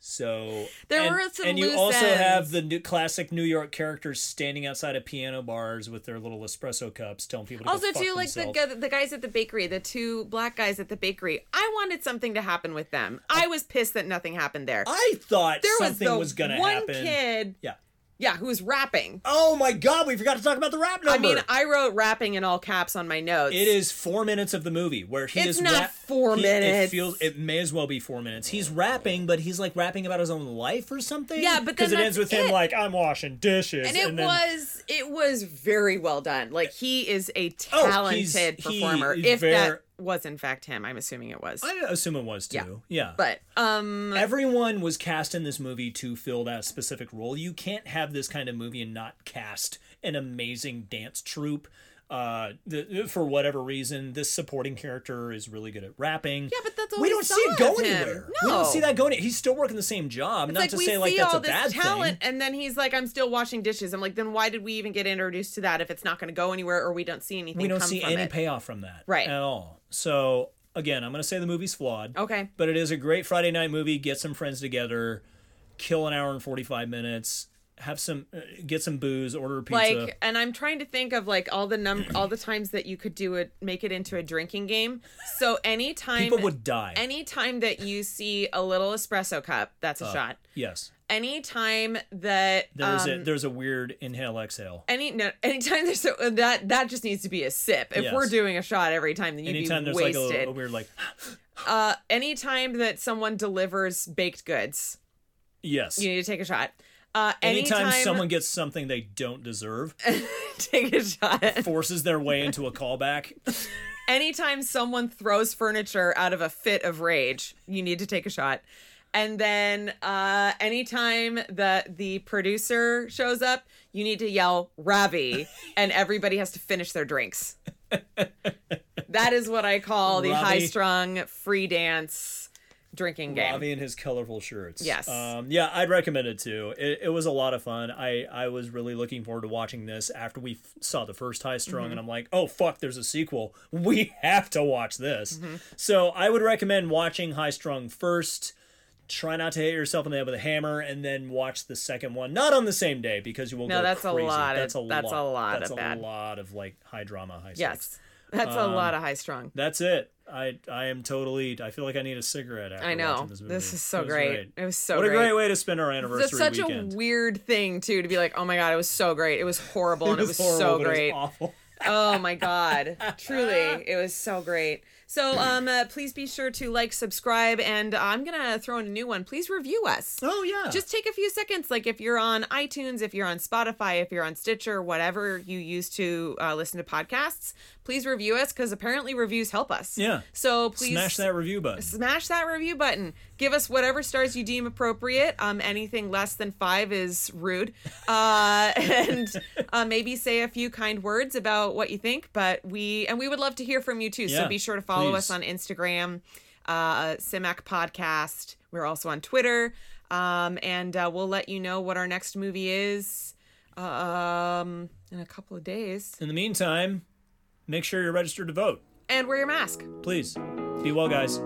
A: so
B: There
A: and,
B: were some
A: and you
B: loose
A: also have
B: ends.
A: the new, classic new york characters standing outside of piano bars with their little espresso cups telling people to
B: also
A: go fuck
B: too like the
A: themselves.
B: gu- the guys at the bakery, the two black guys at the bakery. I wanted something to happen with them. I was pissed that nothing happened there.
A: i thought
B: there was
A: something
B: the
A: was, gonna
B: one
A: happen
B: kid,
A: yeah
B: yeah, who was rapping.
A: oh my god we forgot to talk about the rap number
B: I mean, I wrote rapping in all caps on my notes.
A: It is four minutes of the movie where he
B: It's
A: is
B: not
A: rap-
B: four
A: he- It
B: minutes.
A: feels it may as well be four minutes. He's rapping, but he's like rapping about his own life or something.
B: Yeah, but
A: because it
B: then
A: ends with
B: that's
A: him
B: it.
A: like I'm washing dishes,
B: and it
A: then,
B: was it was very well done. Like he is a
A: Oh, he's-
B: talented
A: he
B: performer.
A: is
B: if
A: ver-
B: that was in fact him, I'm assuming it was.
A: I assume it was too. Yeah,
B: But um,
A: everyone was cast in this movie to fill that specific role. You can't have this kind of movie and not cast an amazing dance troupe. Uh, the, for whatever reason, this supporting character is really good at rapping. Yeah,
B: but that's all
A: we
B: we
A: don't
B: saw
A: see it go
B: of him.
A: anywhere. We
B: No.
A: don't see that going. He's still working the same job. not
B: like
A: to
B: we
A: say like
B: see
A: that's
B: all
A: a bad
B: this talent,
A: thing.
B: and then he's like, "I'm still washing dishes." I'm like, "Then why did we even get introduced to that if it's not going to go anywhere or we don't see anything?"
A: We don't
B: come
A: see
B: from
A: any
B: it?
A: payoff from that,
B: Right.
A: At all. So again, I'm gonna say the movie's flawed.
B: Okay.
A: But it is a great Friday night movie. Get some friends together, kill an hour and 45 minutes, have some, uh, get some booze, order a pizza.
B: like and i'm trying to think of like all the num all the times that you could do it make it into a drinking game so anytime
A: People would die.
B: anytime that you see a little espresso cup that's a
A: Oh.
B: shot
A: yes,
B: anytime that
A: there's
B: um,
A: a there's a weird inhale exhale.
B: any no anytime there's so that that just needs to be a sip if we're
A: Yes.
B: doing a shot every time then you'd
A: Anytime
B: be
A: there's like
B: wasted
A: a, a weird like
B: uh anytime that someone delivers baked goods
A: yes.
B: you need to take a shot uh
A: anytime,
B: anytime,
A: someone gets something they don't deserve,
B: take a shot
A: forces their way into a callback.
B: anytime someone throws furniture out of a fit of rage, you need to take a shot. And then uh, anytime that the producer shows up, you need to yell Ravi, and everybody has to finish their drinks. that is what I call the
A: Ravi.
B: high strung free dance drinking game.
A: Bobby and his colorful shirts.
B: Yes.
A: Um, yeah, I'd recommend it too. It, it was a lot of fun. I, I was really looking forward to watching this after we f- saw the first High Strung,
B: Mm-hmm.
A: and I'm like, oh, fuck, there's a sequel. We have to watch this.
B: Mm-hmm.
A: So I would recommend watching High Strung first. Try not to hit yourself in the head with a hammer, and then watch the second one. Not on the same day because you will
B: No,
A: go
B: that's a
A: crazy.
B: lot of-
A: That's a
B: that's
A: lot.
B: a lot
A: That's
B: of
A: a
B: bad.
A: lot of like high drama, high stakes.
B: Yes, that's
A: Um,
B: a lot of high strung.
A: That's it. I I am totally. I feel like I need a cigarette after
B: I know.
A: watching this movie.
B: This is so
A: It was
B: great. It was so
A: what
B: great.
A: a great way to spend our anniversary
B: That's such
A: weekend.
B: a weird thing too to be like, oh my god, it was so great. It was horrible and it was,
A: horrible,
B: so
A: but it was
B: great.
A: awful.
B: oh my god truly it was so great so um uh, please be sure to like subscribe and i'm gonna throw in a new one please review us
A: Oh yeah.
B: just take a few seconds like if you're on itunes if you're on spotify if you're on stitcher whatever you use to uh, listen to podcasts please review us because apparently reviews help us
A: Yeah.
B: so please
A: smash that review button.
B: smash that review button. Give us whatever stars you deem appropriate. Um, anything less than five is rude. Uh, and uh, maybe say a few kind words about what you think. But we and we would love to hear from you too.
A: Yeah,
B: so be sure to follow us
A: please.
B: on Instagram, uh, Simac Podcast. We're also on Twitter, um, and uh, we'll let you know what our next movie is um, in a couple of days.
A: In the meantime, make sure you're registered to vote.
B: And wear your mask.
A: Please be well, guys.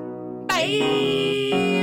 B: Bye.